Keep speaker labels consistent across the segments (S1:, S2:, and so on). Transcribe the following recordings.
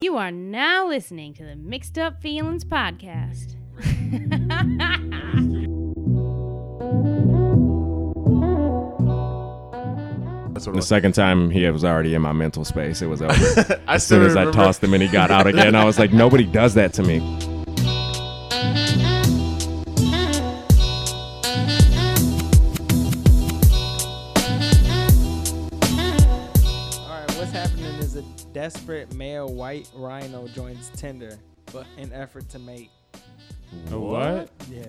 S1: You are now listening to the Mixed Up Feelings Podcast.
S2: That's what it
S3: The second time he was already in my mental space. It was over. As
S2: was. I
S3: soon
S2: still
S3: as I
S2: remember-
S3: tossed him and he got out again, I was like, nobody does that to me.
S4: All right, what's happening is a desperate male white rhino joins Tinder, but in effort to mate.
S3: What?
S4: Yeah.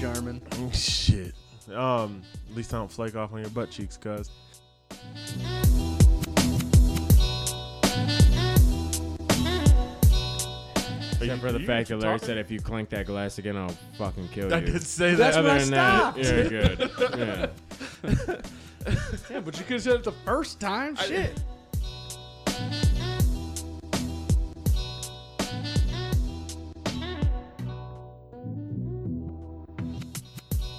S5: Charmin.
S2: Shit. Um, at least I don't flake off on your butt cheeks, cuz.
S3: Except for the fact that Larry said, if you clink that glass again, I'll fucking kill you.
S2: I did say
S4: That's
S2: that.
S4: what
S3: Other
S4: I
S3: than that,
S4: stopped.
S3: you're good. Yeah.
S5: Yeah, but you could have said it the first time. Shit.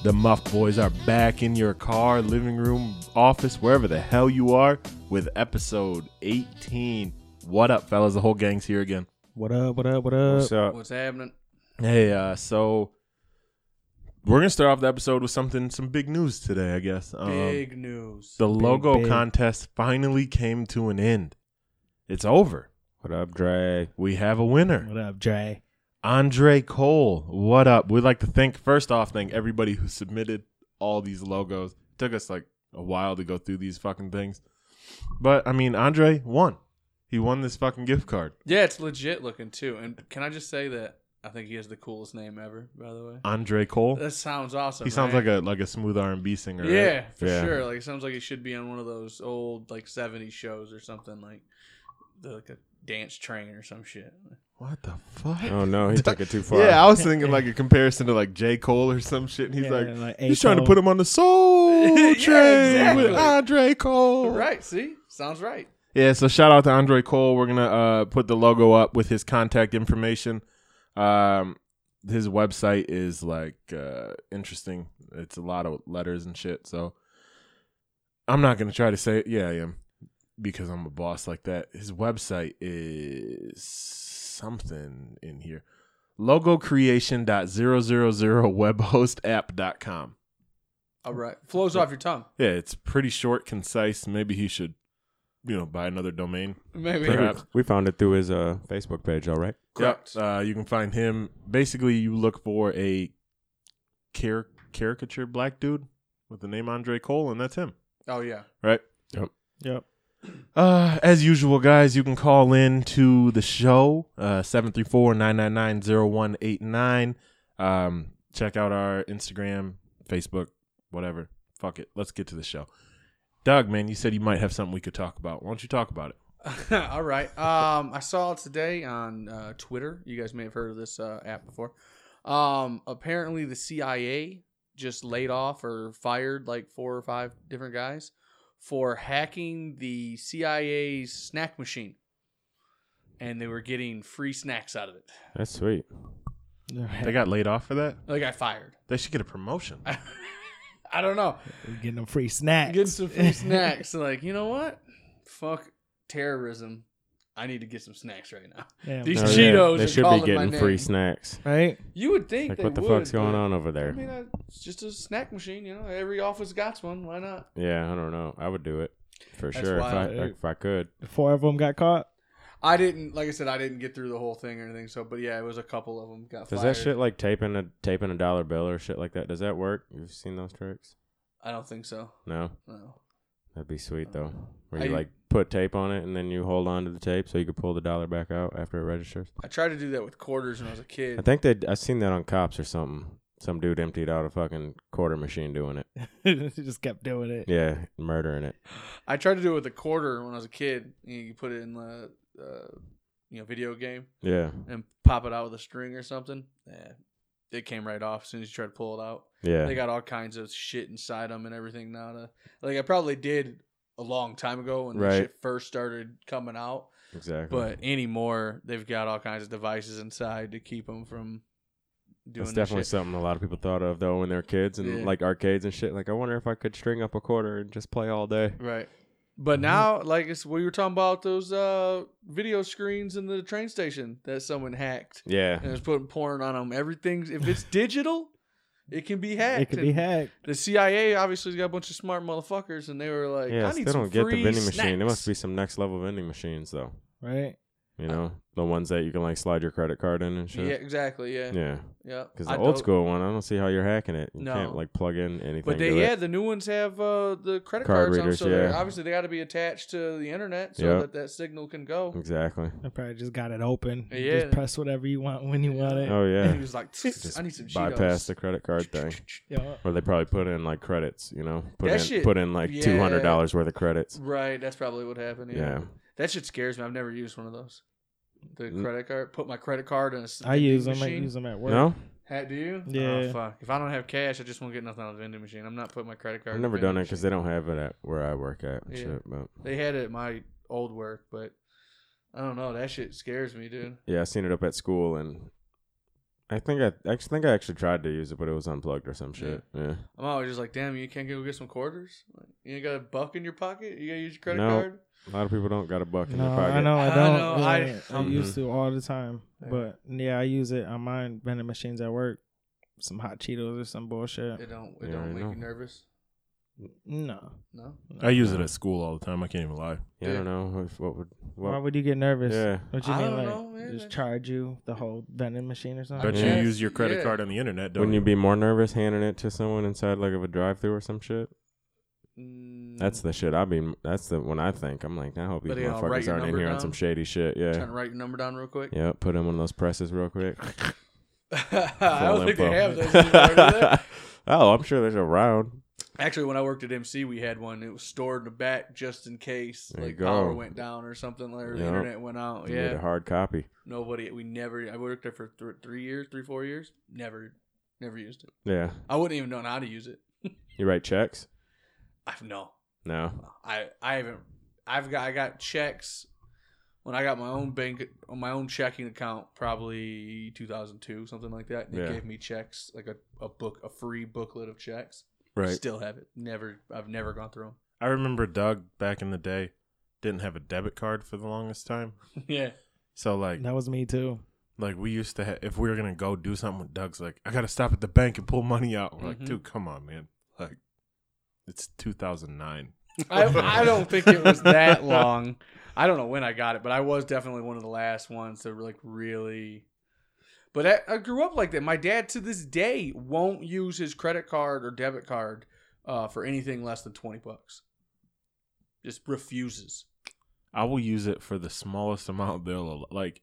S2: The Muff Boys are back in your car, living room, office, wherever the hell you are, with episode 18. What up, fellas? The whole gang's here again.
S4: What up? What up? What up?
S3: So,
S5: What's happening?
S2: Hey, uh, so we're gonna start off the episode with something, some big news today, I guess. Um,
S5: Big news.
S2: The logo
S4: big.
S2: contest finally came to an end. It's over.
S3: what up, Dre?
S2: We have a winner.
S4: What up, Dre?
S2: Andre Cole, what up? We'd like to thank first off, thank everybody who submitted all these logos. took us like a while to go through these fucking things, but I mean, Andre won. He won this fucking gift card.
S5: Yeah, it's legit looking too. And can I just say that I think he has the coolest name ever, by the way?
S2: Andre Cole.
S5: That sounds awesome.
S2: Uh, he sounds
S5: right?
S2: like a like a smooth R and B singer. right?
S5: Yeah, for
S3: Yeah.
S5: sure. Like it sounds like it should be on one of those old like 70s shows or something like the, like a dance train or some shit.
S2: What the fuck?
S3: Oh, no, he took it too far.
S2: Yeah, I was thinking like a comparison to like J Cole or some shit. And he's
S4: Yeah,
S2: like,
S4: like
S2: he's
S4: A.
S2: trying to
S4: Cole.
S2: put him on the soul train
S5: Yeah, exactly.
S2: with Andre Cole.
S5: Right, see? Sounds right.
S2: Yeah, so shout out to Andre Cole. We're gonna uh, put the logo up with his contact information. Um, his website is like uh, interesting. It's a lot of letters and shit. So I'm not gonna try to say it. Yeah, I am because I'm a boss like that. His website is something in here. Logocreation.000webhostapp.com.
S5: All right. Flows off your tongue.
S2: Yeah, it's pretty short, concise. Maybe he should, you know, buy another domain.
S5: Maybe.
S2: Perhaps.
S3: We found it through his uh, Facebook page, all right?
S5: Correct.
S2: Yep. Uh, you can find him. Basically, you look for a car- caricature black dude with the name Andre Cole, and that's him,
S5: Oh yeah.
S2: right?
S4: Yep.
S2: Uh, as usual, guys, you can call in to the show, uh, 734-999-0189. Um, check out our Instagram, Facebook, whatever. Fuck it. Let's get to the show. Doug, man, you said you might have something we could talk about. Why don't you talk about it?
S5: All right. Um, I saw today on uh, Twitter. You guys may have heard of this uh, app before. Um, apparently, the CIA just laid off or fired like four or five different guys for hacking the CIA's snack machine, and they were getting free snacks out of it.
S3: That's sweet.
S2: They got laid off for that?
S5: They got fired.
S2: They should get a promotion.
S5: I don't know.
S4: Getting them free snacks.
S5: Getting some free snacks. Like you know what? Fuck terrorism. I need to get some snacks right now.
S4: Yeah,
S5: These
S4: man.
S3: Oh, yeah,
S5: Cheetos
S3: They
S5: are
S3: should be
S5: calling my
S3: getting free
S5: name.
S3: snacks.
S4: right?
S5: You would think
S3: Like,
S5: they
S3: what the
S5: would,
S3: fuck's going
S5: but-
S3: on over
S5: I
S3: there?
S5: mean, I, it's just a snack machine. You know, every office got one. Why not?
S3: Yeah, I don't know. I would do it for
S5: That's
S3: sure if I,
S5: wild.
S3: if I could.
S4: Four of them got caught.
S5: I didn't, like I said, I didn't get through the whole thing or anything. So, but yeah, it was a couple of them got
S3: Does
S5: fired.
S3: that shit like taping a taping a dollar bill or shit like that? Does that work? You've seen those tricks?
S5: I don't think so.
S3: No,
S5: No.
S3: that'd be sweet though.
S5: I-
S3: Where you like put tape on it and then you hold on to the tape so you could pull the dollar back out after it registers.
S5: I tried to do that with quarters when I was a kid.
S3: I think they I seen that on Cops or something. Some dude emptied out a fucking quarter machine doing it.
S4: Just kept doing it.
S3: Yeah, murdering it.
S5: I tried to do it with a quarter when I was a kid. You, you put it in the, uh, you know, video game
S3: Yeah,
S5: and pop it out with a string or something. Yeah. It came right off as soon as you tried to pull it out.
S3: yeah.
S5: They got all kinds of shit inside them and everything now. To, like I probably did a long time ago when
S3: Right.
S5: the shit first started coming out,
S3: exactly.
S5: but anymore they've got all kinds of devices inside to keep them from doing
S3: That's
S5: that
S3: definitely
S5: shit.
S3: something a lot of people thought of though when they were kids and
S5: Yeah.
S3: like arcades and shit. Like I wonder if I could string up a quarter and just play all day.
S5: Right.
S3: Mm-hmm.
S5: But now, like it's, we were talking about those uh, video screens in the train station that someone hacked and
S3: Yeah.
S5: was putting porn on them. Everything's if it's digital, it can be hacked.
S4: It could be
S5: And
S4: hacked.
S5: The CIA obviously got a bunch of smart motherfuckers, and they were like,
S3: Yeah,
S5: "I
S3: still
S5: need some
S3: don't get the
S5: free
S3: vending machine.
S5: snacks."
S3: There must be some next level vending machines though.
S4: Right.
S3: You know? The ones that you can like slide your credit card in and
S5: Yeah,
S3: shit.
S5: exactly. Yeah,
S3: Yeah.
S5: yeah.
S3: Because
S5: I
S3: the old
S5: don't-
S3: school one, I don't see how you're hacking it. You
S5: No.
S3: can't like plug in anything.
S5: But
S3: to
S5: they,
S3: it.
S5: yeah, the new ones have uh, the credit
S3: Card
S5: cards
S3: readers,
S5: on, so they're-
S3: yeah.
S5: obviously they got to be attached to the internet so
S3: Yep. Mm,
S5: that that signal can go.
S3: Exactly.
S4: I probably just got it open. You
S5: Yeah.
S4: Just press whatever you want when you want it.
S3: Oh
S5: And he
S3: yeah.
S5: was like,
S3: Just
S5: "I need some Cheetos."
S3: Bypass the credit card thing.
S4: Yo,
S3: Or they probably put in like credits, you know? Put
S5: That
S3: in
S5: shit-
S3: put in like
S5: yeah.
S3: two hundred dollars worth of credits.
S5: Right, that's probably what happened. Yeah.
S3: Yeah.
S5: that shit scares me. I've never used one of those. The
S3: Mm.
S5: credit card. Put my credit card in a s-
S4: I
S5: vending
S4: use them. I
S5: machine.
S4: use them at work.
S3: No?
S5: Ha- do you? Oh,
S4: Yeah.
S5: fuck. If I don't have cash, I just won't get nothing out of the vending machine. I'm not putting my credit card.
S3: I've
S5: in the
S3: never done it
S5: vending
S3: because
S5: machine.
S3: they don't have it at where I work at and
S5: Yeah.
S3: shit. But
S5: they had it at my old work, but I don't know. That shit scares me, dude.
S3: yeah, I seen it up at school and I think I actually think I actually tried to use it, but it was unplugged or some shit. Yeah.
S5: I'm always just like, damn, you can't go get some quarters. Like, you ain't got a buck in your pocket. You gotta use your credit
S3: No.
S5: card.
S3: A lot of people don't got a buck in
S4: No,
S3: their pocket.
S4: I know I
S5: I
S4: don't.
S5: know,
S4: yeah,
S5: I-
S4: I,
S5: um,
S4: used
S2: Mm-hmm.
S4: to all the time,
S5: Yeah.
S4: but yeah, I use it on mine vending machines at work. Some hot Cheetos or some bullshit.
S5: It don't.
S3: Yeah,
S5: It
S3: I
S5: don't make
S3: know.
S5: you nervous.
S4: no,
S5: No.
S2: I use it at school all the time. I can't even lie.
S3: Yeah, I don't know if, what would what
S4: Why would you get nervous?
S3: Yeah.
S4: What you
S5: I
S4: mean,
S5: don't
S4: like
S5: know, man.
S4: just
S5: That's-
S4: charge you the whole vending machine
S6: Uh,
S4: or something?
S2: Bet
S3: Yeah.
S2: you use your credit
S5: Yeah.
S2: card on the internet, don't
S3: Wouldn't you be more nervous handing it to someone inside like of a drive-through or some shit?
S5: Mm,
S3: That's the shit. I be that's the when I think I'm like, I hope these
S5: But yeah, I'll write
S3: motherfuckers
S5: your
S3: aren't in
S5: number
S3: here on
S5: down.
S3: some shady shit.
S5: Trying
S3: Yeah,
S5: to write your number down real quick.
S3: yeah. Put in one of those presses real quick.
S5: I don't
S3: Full
S5: think they
S3: info.
S5: have those. anymore, do they?
S3: oh, I'm sure there's a round.
S5: Actually, when I worked at MC, we had one. It was stored in the back just in case
S3: There you
S5: like
S3: go.
S5: power went down or something, like, or the
S3: Yep.
S5: internet went out.
S3: You need a
S5: Oh, Yeah,
S3: hard copy.
S5: nobody. We never. I worked there for th- three years, three four years. Never, never used it.
S3: Yeah,
S5: I wouldn't even know how to use it.
S3: you write checks.
S5: I've no.
S3: No,
S5: I I haven't. I've got I got checks when I got my own bank, my own checking account, probably 2002, something like that. They
S3: Yeah.
S5: gave me checks, like a, a book, a free booklet of checks.
S2: right?
S5: Still have it. Never. I've never gone through
S2: I remember Doug back in the day didn't have a debit card for the longest time.
S5: them. yeah.
S2: So like
S4: That was me too.
S2: like we used to ha- if we were gonna go do something with Doug's like I gotta stop at the bank and pull money out. We're like,
S5: Mhm.
S2: dude, come on, man. Like it's 2009.
S5: I, I don't think it was that long. I don't know when I got it, but I was definitely one of the last ones to like really. But I, I grew up like that. My dad to this day won't use his credit card or debit card uh, for anything less than twenty bucks. Just refuses.
S2: I will use it for the smallest amount they'll al- like.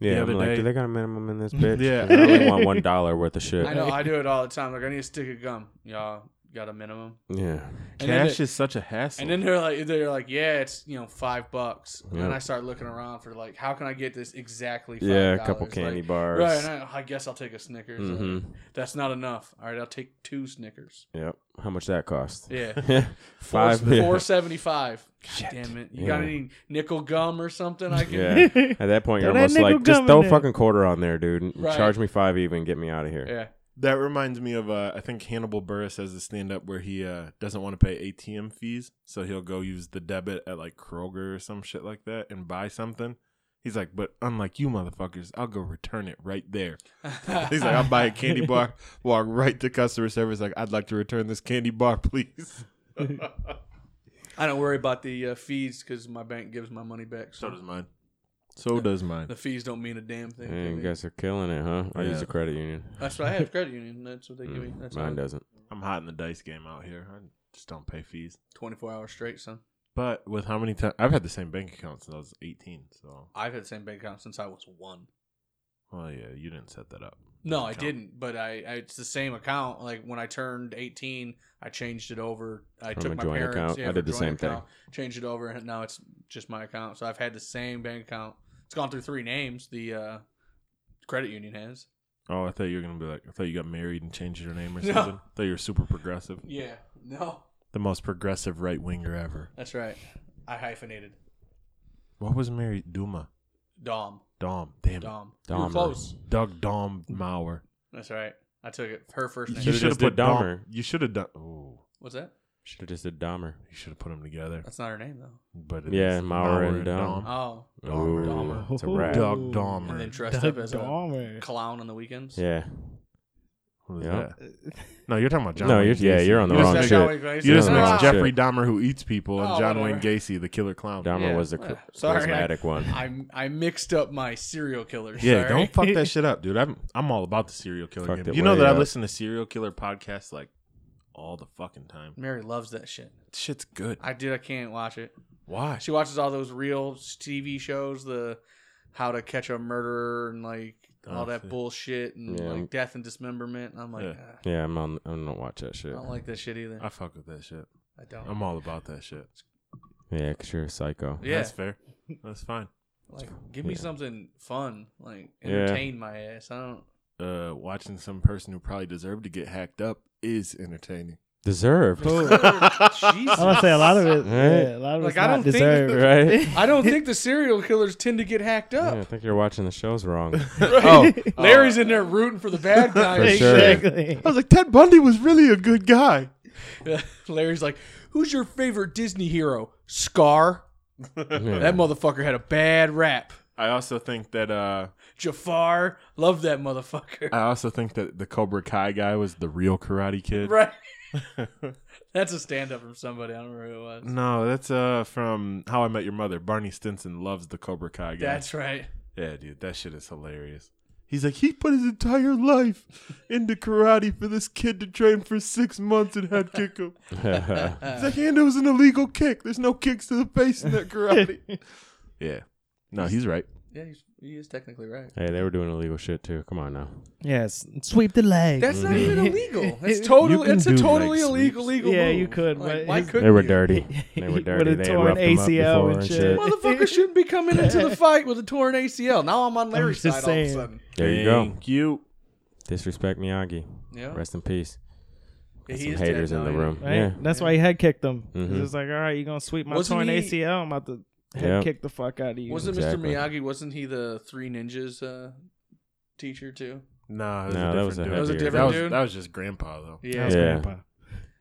S3: Yeah, I'm
S2: other
S3: like,
S2: day-
S3: do they got a minimum in this bitch?
S2: Yeah.
S3: 'Cause I only want one dollar worth of shit.
S5: I know I do it all the time. Like I need a stick of gum. Y'all got a minimum.
S3: Yeah,
S5: And then
S2: Cash
S5: they-
S2: is such a hassle.
S5: And then they're like, they're like, yeah, it's you know five bucks. And then
S3: Yeah.
S5: I start looking around for like, how can I get this exactly? $5?
S3: yeah. A couple
S5: Like,
S3: candy bars.
S5: Right, and I, I guess I'll take a Snickers. Like,
S3: hmm
S5: That's not enough. All right, I'll take two Snickers.
S3: Yep. How much that cost?
S5: Yeah,
S3: Five.
S5: Four,
S3: yeah.
S5: four seventy five. God damn it! You got
S3: Yeah.
S5: any nickel gum or something? I can.
S3: Yeah. At that point,
S4: Throw
S3: you're
S4: that
S3: almost
S4: nickel
S3: like, just
S4: gum
S3: throw
S4: in
S3: a
S4: there.
S3: fucking quarter on there, dude. and
S5: Right.
S3: Charge me five even. Get me out of here.
S5: Yeah.
S2: that reminds me of uh, I think Hannibal Burris has a stand up where he uh, doesn't want to pay ATM fees, so he'll go use the debit at like Kroger or some shit like that and buy something. He's like, but unlike you motherfuckers, I'll go return it right there. He's like, I'll buy a candy bar, walk right to customer service. Like, I'd like to return this candy bar, please.
S5: I don't worry about the uh, fees because my bank gives my money back. So,
S2: mine. So does mine.
S5: the fees don't mean a damn thing. to
S3: Man, you
S5: me.
S3: guys are killing it, huh? I use
S2: Yeah.
S3: a credit union.
S5: That's what I have. Credit union. That's what they give me.
S3: Mm,
S5: That's
S3: Mine
S5: mine.
S3: doesn't.
S2: I'm hot in the dice game out here. I just don't pay fees.
S5: Twenty four hours straight, son.
S2: But with how many times I've had the same bank account since I was 18. So,
S5: I've had the same bank account since I was one.
S2: well, yeah, you didn't set that up.
S5: No, I
S2: Account.
S5: didn't. But I, I, it's the same account. Like when I turned eighteen, I changed it over. I
S3: From
S5: took
S3: a
S5: my
S3: joint
S5: parents.
S3: account? I
S5: for
S3: did the
S5: joint
S3: same thing.
S5: account, Changed it over, and now it's just my account. So I've had the same bank account. It's gone through three names. The uh, credit union has.
S2: Oh, I thought you were gonna be like, I thought you got married and changed your name or
S5: No.
S2: something. I thought you were super progressive,
S5: Yeah. No.
S2: the most progressive right winger ever.
S5: That's right. I hyphenated
S2: What was married? Duma,
S5: Dom.
S2: Dom, damn it,
S5: Dom. You were
S3: Dahmer.
S5: close.
S2: Doug Dom Mauer.
S5: That's right. I took it. Her first
S2: You
S5: name.
S3: should've
S2: should have
S3: just did
S2: put Dom.
S3: Dahmer.
S2: You should have done. Oh,
S5: What's that?
S3: Should have just did Dahmer.
S2: You should have put them together.
S5: That's not her name though.
S2: But it
S3: Yeah,
S2: is
S3: Mauer and Dom.
S5: Oh,
S3: Ooh,
S5: Dahmer.
S3: It's a wrap.
S2: Doug Dahmer.
S5: and then dressed
S4: Doug
S5: up as a
S4: Dahmer.
S5: clown on the weekends.
S3: Yeah.
S2: What is
S3: Yeah.
S2: that? No, you're talking about John.
S3: No,
S2: Wayne
S3: you're- yeah,
S2: Gacy.
S3: you're on the
S2: You just
S3: wrong
S2: mixed-
S3: shit.
S2: You just
S3: You're on the
S2: mixed
S3: wrong
S2: Jeffrey
S3: shit.
S2: Dahmer, who eats people, and
S5: Oh,
S2: John Wayne
S5: whatever.
S2: Gacy, the killer clown.
S3: Dahmer
S5: Yeah.
S3: was the cr-
S5: Sorry, I-
S3: charismatic one.
S5: I I mixed up my serial killers.
S2: Yeah,
S5: Sorry.
S2: don't fuck that shit up, dude. I'm I'm all about the serial killer
S3: Fucked
S2: game.
S3: it
S2: You know
S3: way
S2: that I
S3: up.
S2: listen to serial killer podcasts like all the fucking time.
S5: Mary loves that shit.
S2: Shit's good.
S5: I did. I can't watch it.
S2: Why?
S5: She watches all those real TV shows, the How to Catch a Murderer and like all
S2: Oh,
S5: that
S2: see.
S5: bullshit and
S3: Yeah.
S5: like death and dismemberment. And I'm like,
S2: Yeah.
S5: "Ah,
S3: Yeah, I'm on. I don't watch that shit.
S5: I don't like that shit either.
S2: I fuck with that shit.
S5: I don't.
S2: I'm all about that shit.
S3: Yeah, because you're a psycho.
S5: yeah,
S2: That's fair. That's fine.
S5: like give me
S3: yeah.
S5: something fun, like
S3: Yeah.
S5: entertain my ass. I don't.
S2: Uh, watching some person who probably deserved to get hacked up is entertaining.
S3: Deserved.
S5: Oh, Jesus.
S4: Oh. I was gonna say a lot of it.
S3: Right.
S4: Yeah, a lot of
S5: Like,
S4: it's
S5: I
S4: not
S5: don't think-
S4: deserved.
S3: right?
S5: I don't think the serial killers tend to get hacked
S3: Yeah, I
S5: up.
S3: think you're watching the shows wrong.
S2: Oh,
S5: Larry's in there rooting for the bad
S3: For
S5: guys.
S3: sure.
S4: Exactly.
S2: I was like, Ted Bundy was really a good guy.
S5: Larry's like, "Who's your favorite Disney hero? Scar. That motherfucker had a bad rap.
S2: I also think that uh,
S5: Jafar, love that motherfucker.
S2: I also think that the Cobra Kai guy was the real Karate Kid.
S5: Right. That's a stand up from somebody. I don't remember who it was.
S2: No, that's uh from How I Met Your Mother. Barney Stinson loves the Cobra Kai guy.
S5: That's right.
S2: yeah, dude, that shit is hilarious. He's like, he put his entire life into karate for this kid to train for six months and had kick him. He's like, and it was an illegal kick. There's no kicks to the face in that karate. yeah. No, he's right.
S5: Yeah, he's, he is technically right.
S3: hey, they were doing illegal shit too. Come on now.
S4: yes, sweep the leg.
S5: That's not even illegal. It's
S2: You
S5: totally
S2: can
S5: it's a
S2: do
S5: totally
S2: leg
S5: illegal
S2: sweeps.
S5: legal.
S4: yeah,
S5: move.
S4: you could.
S5: Like,
S4: but
S5: why
S4: his-
S5: couldn't
S3: They were
S5: you?
S3: dirty. They were
S4: With
S3: dirty.
S4: a
S3: They had
S4: torn
S3: roughed them
S4: ACL
S3: up before
S4: and
S3: and
S4: shit.
S3: shit.
S5: Motherfucker shouldn't be coming into the fight with a torn ACL. Now I'm on Larry's
S4: just
S5: side all of a
S4: saying.
S5: sudden.
S3: There you go.
S2: Thank you.
S3: Disrespect Miyagi.
S5: Yeah,
S3: Rest in peace.
S5: Yeah, he
S3: Some
S5: is dead
S3: haters in
S5: now,
S3: the
S5: yeah.
S3: room.
S4: Right?
S3: Yeah.
S4: That's why he head kicked him. 'Cause
S3: Mhm.
S4: It's like, all right, you're gonna sweep my
S5: Wasn't
S4: torn
S5: he-
S4: ACL. I'm about to head
S3: Yep.
S4: kick the fuck out of you.
S5: Wasn't
S3: Exactly.
S5: Mr. Miyagi? Wasn't he the Three Ninjas uh, teacher too?
S2: Nah,
S3: No,
S2: that was a different dude.
S5: That was a
S2: That
S5: different
S2: was-
S5: dude?
S2: that was just grandpa though.
S5: Yeah.
S3: Yeah.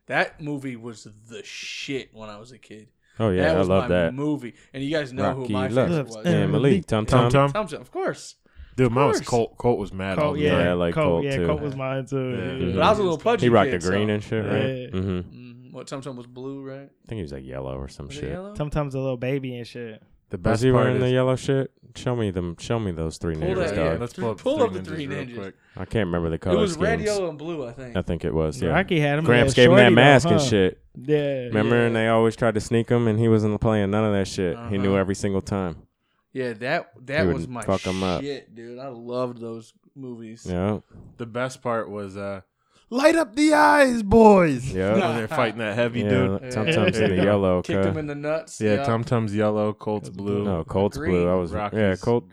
S5: that movie was the shit when I was a kid.
S3: Oh yeah,
S5: that
S3: I
S5: was
S3: love
S5: my
S3: that.
S5: movie, and you guys know who
S3: Rocky
S5: my favorite
S3: Lux.
S5: was.
S4: Lux.
S3: Yeah, Malik, Tom
S2: Tom
S3: Tom.
S2: Tom,
S5: Thompson, of course.
S2: dude, mine was
S5: course.
S2: Colt. Colt was mad all
S4: Colt,
S2: the
S4: yeah,
S2: time.
S3: Yeah, I like
S4: Colt,
S3: Colt,
S4: yeah,
S3: too. Mm-hmm.
S4: Colt was mine too.
S2: Yeah.
S4: Yeah.
S2: Mhm.
S5: But I was a little pudgy.
S3: Mm. He rocked the
S5: kid,
S3: green
S5: so-
S3: and shit, right?
S4: Yeah.
S3: hmm I
S5: Mhm. What? Sometimes was blue, right?
S3: think he was like yellow or some
S5: Was
S3: shit.
S5: it yellow?
S4: Sometimes a little baby and shit.
S2: The
S3: Was
S2: best
S3: he
S2: part
S3: wearing
S2: is
S3: the yellow shit? Show me them. Show me those three
S5: Pull
S3: ninjas,
S5: that-
S2: yeah,
S5: yeah,
S3: dog.
S2: let's
S5: three-
S2: pull up,
S5: pull
S2: three
S5: up the
S2: ninjas
S5: three
S2: real
S5: ninjas.
S2: quick.
S3: I can't remember the
S5: it
S3: color
S5: was
S3: schemes.
S5: red, yellow, and blue. I think.
S3: I think it was. Yeah.
S4: Rocky had him.
S3: Gramps
S4: a
S3: gave him that
S4: shorty though,
S3: mask and
S4: huh?
S3: shit.
S4: Yeah.
S3: Remember, and they always tried to sneak him, and he wasn't playing none of that shit. He knew
S5: Uh-huh.
S3: every single time.
S5: yeah, that that
S3: He
S5: was
S3: would
S5: my
S3: fuck 'em up.
S5: shit, dude. I loved those movies.
S3: Yeah,
S2: The best part was uh, light up the eyes, boys.
S3: Yeah.
S2: when they're fighting that heavy
S3: yeah.
S2: dude.
S3: Sometimes
S2: Yeah.
S3: the yellow.
S5: Kicked him
S3: cuh.
S5: in the nuts.
S2: Yeah, Tom Tom's yellow, Colt's blue.
S3: No, Colt's
S5: Green.
S3: blue. I was yeah,
S2: Rockies.
S3: Colt.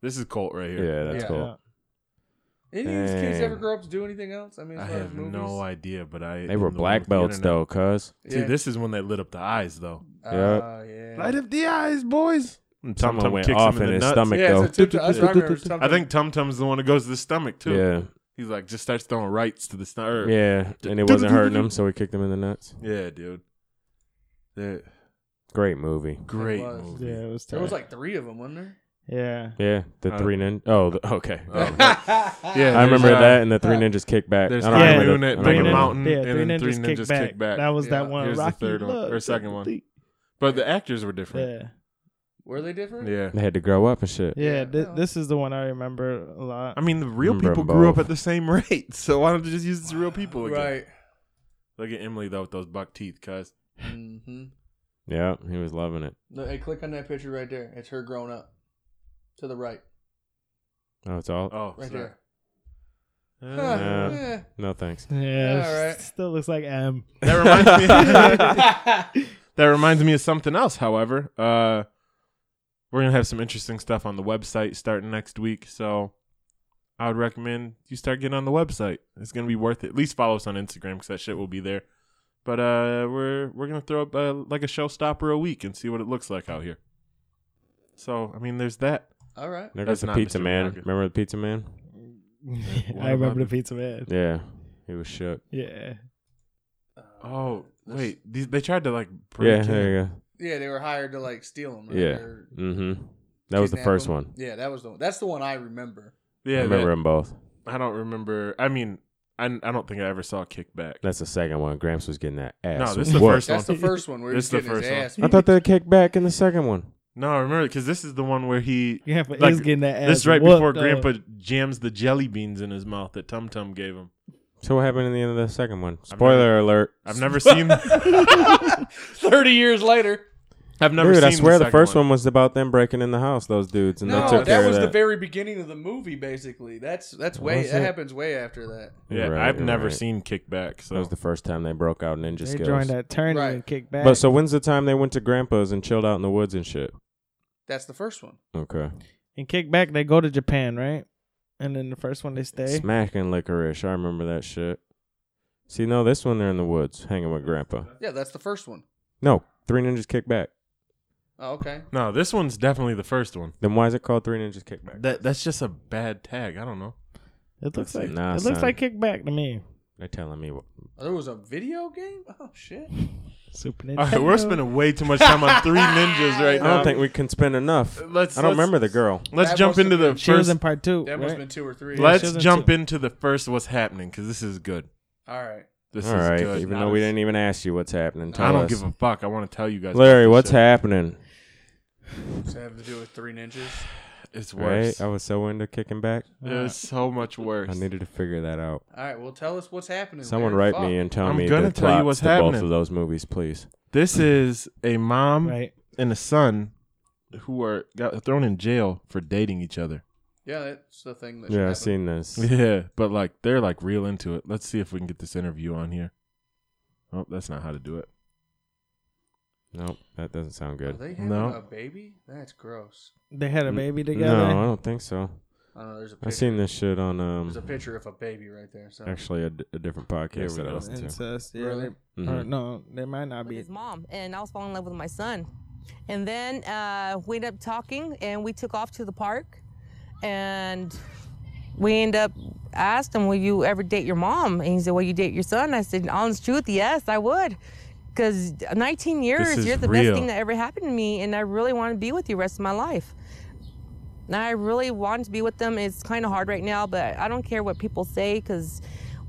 S2: This is Colt right here.
S3: Yeah, that's
S5: Yeah.
S3: Colt.
S5: Any of these kids
S3: Dang.
S5: ever grow up to do anything else? I mean, as
S2: I
S5: far as
S2: have
S5: movies?
S2: no idea, but I
S3: They were
S2: I'm the one
S3: black
S2: with the
S3: belts
S2: internet.
S3: though, cuz.
S2: See, this is when they lit up the eyes though.
S5: Uh,
S3: Yeah.
S5: yeah.
S2: Light up the eyes, boys. And Tom
S3: Someone
S2: Tom
S3: went
S2: kicks
S3: off
S2: him in,
S3: in
S2: the
S3: his
S2: nuts.
S3: stomach
S5: Yeah,
S3: though.
S5: it's a tip to- I remember it was
S2: I
S5: something-
S2: think Tum Tum's the one that goes to the stomach too.
S3: Yeah,
S2: He's like just starts throwing rights to the stomach. Er,
S3: yeah, and it wasn't hurting him, so we kicked him in the nuts.
S2: Yeah, dude. That
S3: Great movie.
S2: great
S5: was.
S2: movie.
S4: Yeah, it was.
S5: there was
S4: tight.
S5: like three of them, wasn't there?
S4: Yeah.
S3: Yeah, the
S2: Uh,
S3: three nin. Oh, the, okay.
S2: Oh.
S5: yeah.
S3: I
S2: there's,
S3: remember
S2: uh,
S3: that and the three ninjas kicked back.
S2: There's
S3: I
S2: Three
S3: don't
S4: Yeah.
S3: remember.
S2: Ninja-
S3: I don't
S2: Three Ninja-
S3: remember.
S2: Mountain
S4: yeah,
S2: and
S4: three
S2: then
S4: ninjas,
S2: Three
S4: kick,
S2: Ninjas
S4: back.
S2: Kick Back.
S4: That was that
S5: Yeah.
S4: one.
S2: Here's the
S4: Rocky
S2: third one-
S4: Lux.
S2: or second one.
S4: Yeah.
S2: But the actors were different.
S4: Yeah.
S5: Were they different?
S2: Yeah.
S3: They had to grow up and shit.
S4: Yeah.
S5: Yeah.
S4: thi- This is the one I remember a lot.
S2: I mean, the real
S3: Remember
S2: people
S3: them
S2: grew up
S3: both.
S2: at the same rate, so why don't you just use the real people again?
S5: Right.
S2: Look at Emily though with those buck teeth, cuz.
S5: Mm-hmm.
S3: Yeah, he was loving it.
S5: No, hey, click on that picture right there. It's her growing up. To the right.
S3: Oh, it's all.
S2: Oh,
S5: Right
S2: sorry.
S5: there.
S2: Uh,
S3: yeah.
S5: Eh.
S3: No thanks.
S4: Yeah.
S5: All
S4: s-
S5: right.
S4: Still looks like M.
S2: that reminds me. that reminds me of something else. However, uh, we're gonna have some interesting stuff on the website starting next week, so I would recommend you start getting on the website. It's gonna be worth it. At least follow us on Instagram because that shit will be there. But uh, we're we're gonna throw up uh, like a showstopper a week and see what it looks like out here. So I mean, there's that.
S5: All right.
S3: There
S2: That's
S3: goes the
S2: not
S3: pizza
S2: Mr.
S3: man.
S2: Miyagi.
S3: Remember the pizza man?
S4: I
S2: about
S4: remember the
S2: it?
S4: pizza man.
S3: Yeah, he was shook.
S4: Yeah.
S2: Oh,
S5: This-
S2: Wait, these, they tried to like
S3: yeah,
S2: break
S3: there
S2: in.
S3: you
S5: Yeah, they were hired to like steal them. Right?
S3: Yeah.
S5: Or
S3: go. Mm-hmm. That was the
S5: kidnap
S3: first
S5: 'em.
S3: one.
S5: Yeah, that was the one. That's the one I remember.
S2: Yeah,
S3: I
S2: that-
S3: remember them both.
S2: I don't remember. I mean, I, I don't think I ever saw Kickback.
S3: That's the second one. Gramps was getting that ass.
S2: No, this is the
S3: whooped.
S2: first
S5: That's the
S2: one.
S5: first one where he
S2: This
S5: was
S2: is the
S5: getting his ass.
S2: first
S3: I
S5: beat.
S3: thought they kicked back in the second one.
S2: No, I remember because this is the one where he.
S4: Yeah, but
S2: Like,
S4: he's getting that ass.
S2: This right
S4: whooped,
S2: before
S4: though.
S2: Grandpa jams the jelly beans in his mouth that Tum Tum gave him.
S3: So what happened in the end of the second one?
S2: I've
S3: Spoiler alert.
S2: I've never seen.
S5: Thirty years later.
S2: I've never
S3: Dude,
S2: seen.
S3: I swear the,
S2: second
S3: first one. was about them breaking in the house, those dudes, and they
S5: No,
S3: took care
S5: that was
S3: of
S5: the
S3: that.
S5: very beginning of the movie. Basically, that's that's way
S3: Was
S5: that
S3: it?
S5: happens way after that.
S2: yeah,
S3: You're right,
S2: I've
S3: you're
S2: never
S3: right.
S2: seen Kickback. So
S3: That was the first time they broke out ninja
S4: They
S3: skills.
S4: joined that tourney
S5: Right.
S4: and kicked back.
S3: But so when's the time they went to Grandpa's and chilled out in the woods and shit?
S5: That's the first one.
S3: Okay.
S4: and kick back, they go to Japan, right? And then the first one they stay.
S3: Smacking licorice. I remember that shit. See, no, this one they're in the woods hanging with Grandpa.
S5: Yeah, that's the first one.
S3: No, Three Ninjas Kick Back.
S5: Oh, okay.
S2: no, this one's definitely the first one.
S3: Then why is it called Three Ninjas Kick Back?
S2: That that's just a bad tag. I don't know.
S4: It looks like
S3: Nah,
S4: it looks
S3: son.
S4: like kickback to me.
S3: They're telling me. What,
S5: Oh, There was a video game. Oh shit.
S4: Super
S2: All right,
S4: Nintendo.
S2: we're spending way too much time on three ninjas right
S3: uh, I
S2: now.
S3: don't think we can spend enough.
S2: Um, Let's-
S3: I don't
S2: let's-
S3: remember the girl.
S2: Let's
S5: That
S2: jump
S5: must have
S2: into the
S5: been-
S4: She was
S2: first.
S4: in part two.
S5: That must
S4: right?
S5: have been two or three.
S2: Let's
S4: She's in
S2: jump
S4: two.
S2: into the first. What's happening? Because this is good.
S5: All right.
S2: This
S3: All
S2: is
S3: right,
S2: good.
S3: even
S2: Not
S3: though we
S2: as-
S3: didn't even ask you what's happening, tell
S2: I don't
S3: us.
S2: give a fuck. I want to tell you guys.
S3: Larry,
S2: about this
S3: what's
S2: shit.
S3: happening?
S5: Does it have to do with three ninjas?
S2: It's worse.
S3: Right, I was so into kicking back.
S2: It was so much worse.
S3: I needed to figure that out.
S5: All right. Well, tell us what's happening.
S3: Someone
S5: Larry.
S3: write me
S5: Fuck.
S3: and tell
S2: I'm
S3: me
S2: gonna
S3: the
S2: tell you
S3: plots
S2: what's
S3: to both
S2: happening.
S3: of those movies, please.
S2: This is a mom
S4: Right.
S2: and a son who are got thrown in jail for dating each other.
S5: Yeah, that's the thing. That should
S3: Yeah,
S5: happen.
S3: I've seen this.
S2: Yeah, but like they're like real into it. Let's see if we can get this interview on here. Oh, that's not how to do it.
S3: Nope, that doesn't sound
S5: Are
S3: good.
S5: they having
S2: No.
S5: a baby? That's gross.
S4: They had a baby together.
S3: No, I don't think so.
S5: I don't know. There's a picture.
S3: I seen this shit on
S5: There's a
S3: um
S5: picture of a baby right there. So
S3: actually a, d- a different
S2: Here
S3: podcast
S2: we
S3: that I
S2: go.
S3: listened to. Mm-hmm.
S4: Incest, yeah,
S5: Really?
S4: they- or no, they might not
S7: with
S4: be.
S7: his mom, and I was falling in love with my son. And then uh, we ended up talking, and we took off to the park, and we end up I asked him, "Will you ever date your mom?" And he said, "Will you date your son?" I said, "Honest truth, yes, I would." Because 19 years,
S2: is
S7: you're the
S2: real.
S7: best thing that ever happened to me, and I really want to be with you the rest of my life. And I really want to be with them. It's kind of hard right now, but I don't care what people say because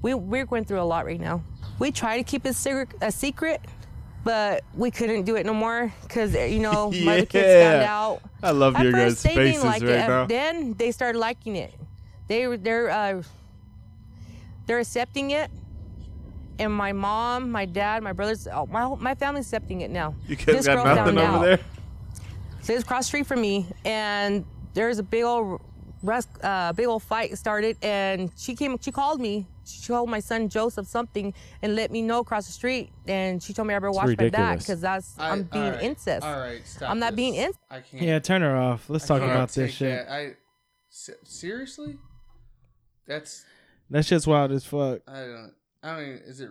S7: we, we're going through a lot right now. We try to keep it secret, a secret, but we couldn't do it no more because, you know, my other kids found
S2: Yeah.
S7: out.
S2: I love
S7: At
S2: your guys'
S7: first, they
S2: faces
S7: didn't like
S2: right
S7: it.
S2: now.
S7: Then they started liking it. They were- they're uh, they're accepting it, and my mom, my dad, my brothers, oh, my whole- my family's accepting it now.
S2: You guys
S7: This
S2: got
S7: girl
S2: nothing
S7: found
S2: over
S7: out.
S2: there.
S7: So it's cross street from me, and there's a big old rest, uh, big old fight started, and she came, she called me. She told my son Joseph something and let me know across the street, and she told me I better watch my back
S3: ridiculous.
S7: because that's
S5: I,
S7: I'm being
S5: all right,
S7: incest.
S5: All right, stop.
S7: I'm not
S5: this.
S7: being incest.
S5: I can't.
S4: Yeah, turn her off. Let's talk
S5: I can't
S4: about this
S5: take
S4: shit.
S5: that. I se- seriously. That's
S4: That shit's wild as fuck.
S5: I don't. I don't even. Is it?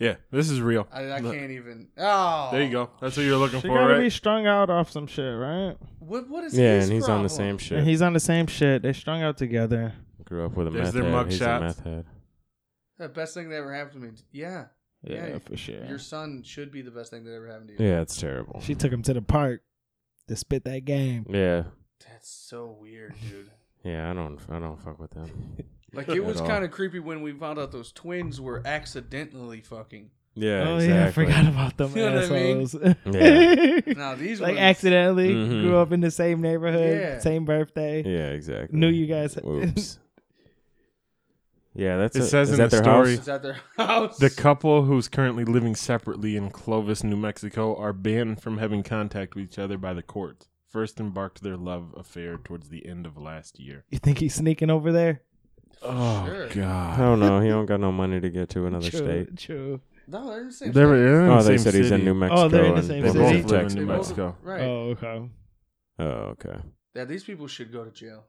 S2: Yeah, this is real.
S5: I, I
S2: Look,
S5: can't even. Oh,
S2: There you go. That's what you're looking
S4: She
S2: for,
S4: gotta
S2: right?
S4: be strung out off some shit, right?
S5: What? What is?
S3: Yeah,
S5: his
S3: and he's on the same
S5: problem?
S3: shit.
S4: And he's on the same shit. They strung out together.
S3: Grew up with a
S2: There's
S3: meth
S2: their
S3: head.
S2: mug
S3: he's
S2: shots.
S3: a meth head.
S5: The best thing that ever happened to me. Yeah,
S4: Yeah,
S5: Yeah,
S4: for sure.
S5: your son should be the best thing that ever happened to you.
S3: Yeah, it's terrible.
S4: She took him to the park to spit that game.
S3: Yeah,
S5: That's so weird, dude.
S3: yeah. I don't, I don't fuck with them.
S5: Like it was
S3: all.
S5: kind of creepy when we found out those twins were accidentally fucking.
S3: Yeah,
S4: oh yeah, I
S3: exactly.
S4: forgot about them
S5: You know what I mean?
S4: assholes.
S5: Now these
S4: like
S5: ones,
S4: accidentally
S3: Mhm.
S4: grew up in the same neighborhood,
S5: Yeah.
S4: same birthday.
S3: Yeah, exactly.
S4: Knew you guys-
S3: Oops. yeah, that's
S2: It
S3: a-
S2: says
S3: is
S2: in
S3: that
S2: the
S3: their
S2: story-
S5: Is at their house.
S2: The couple who's currently living separately in Clovis, New Mexico, are banned from having contact with each other by the courts. First embarked their love affair towards the end of last year.
S4: You think he's sneaking over there?
S2: Oh
S5: Sure.
S3: house?
S2: God!
S3: I don't know. He don't got no money to get to another
S4: true,
S3: state.
S4: True.
S5: no, they're in the same.
S2: They were
S5: state.
S2: in
S3: Oh,
S2: the
S3: they
S2: same
S3: said he's in
S2: city.
S3: New Mexico.
S4: Oh, they're in the
S3: and
S4: same
S3: they
S2: They
S4: city.
S3: both
S2: both live
S3: in
S2: in
S3: Texas.
S2: New
S5: They both-
S2: Mexico.
S5: right?
S4: Oh, okay.
S3: Oh, okay.
S5: Yeah, these people should go to jail.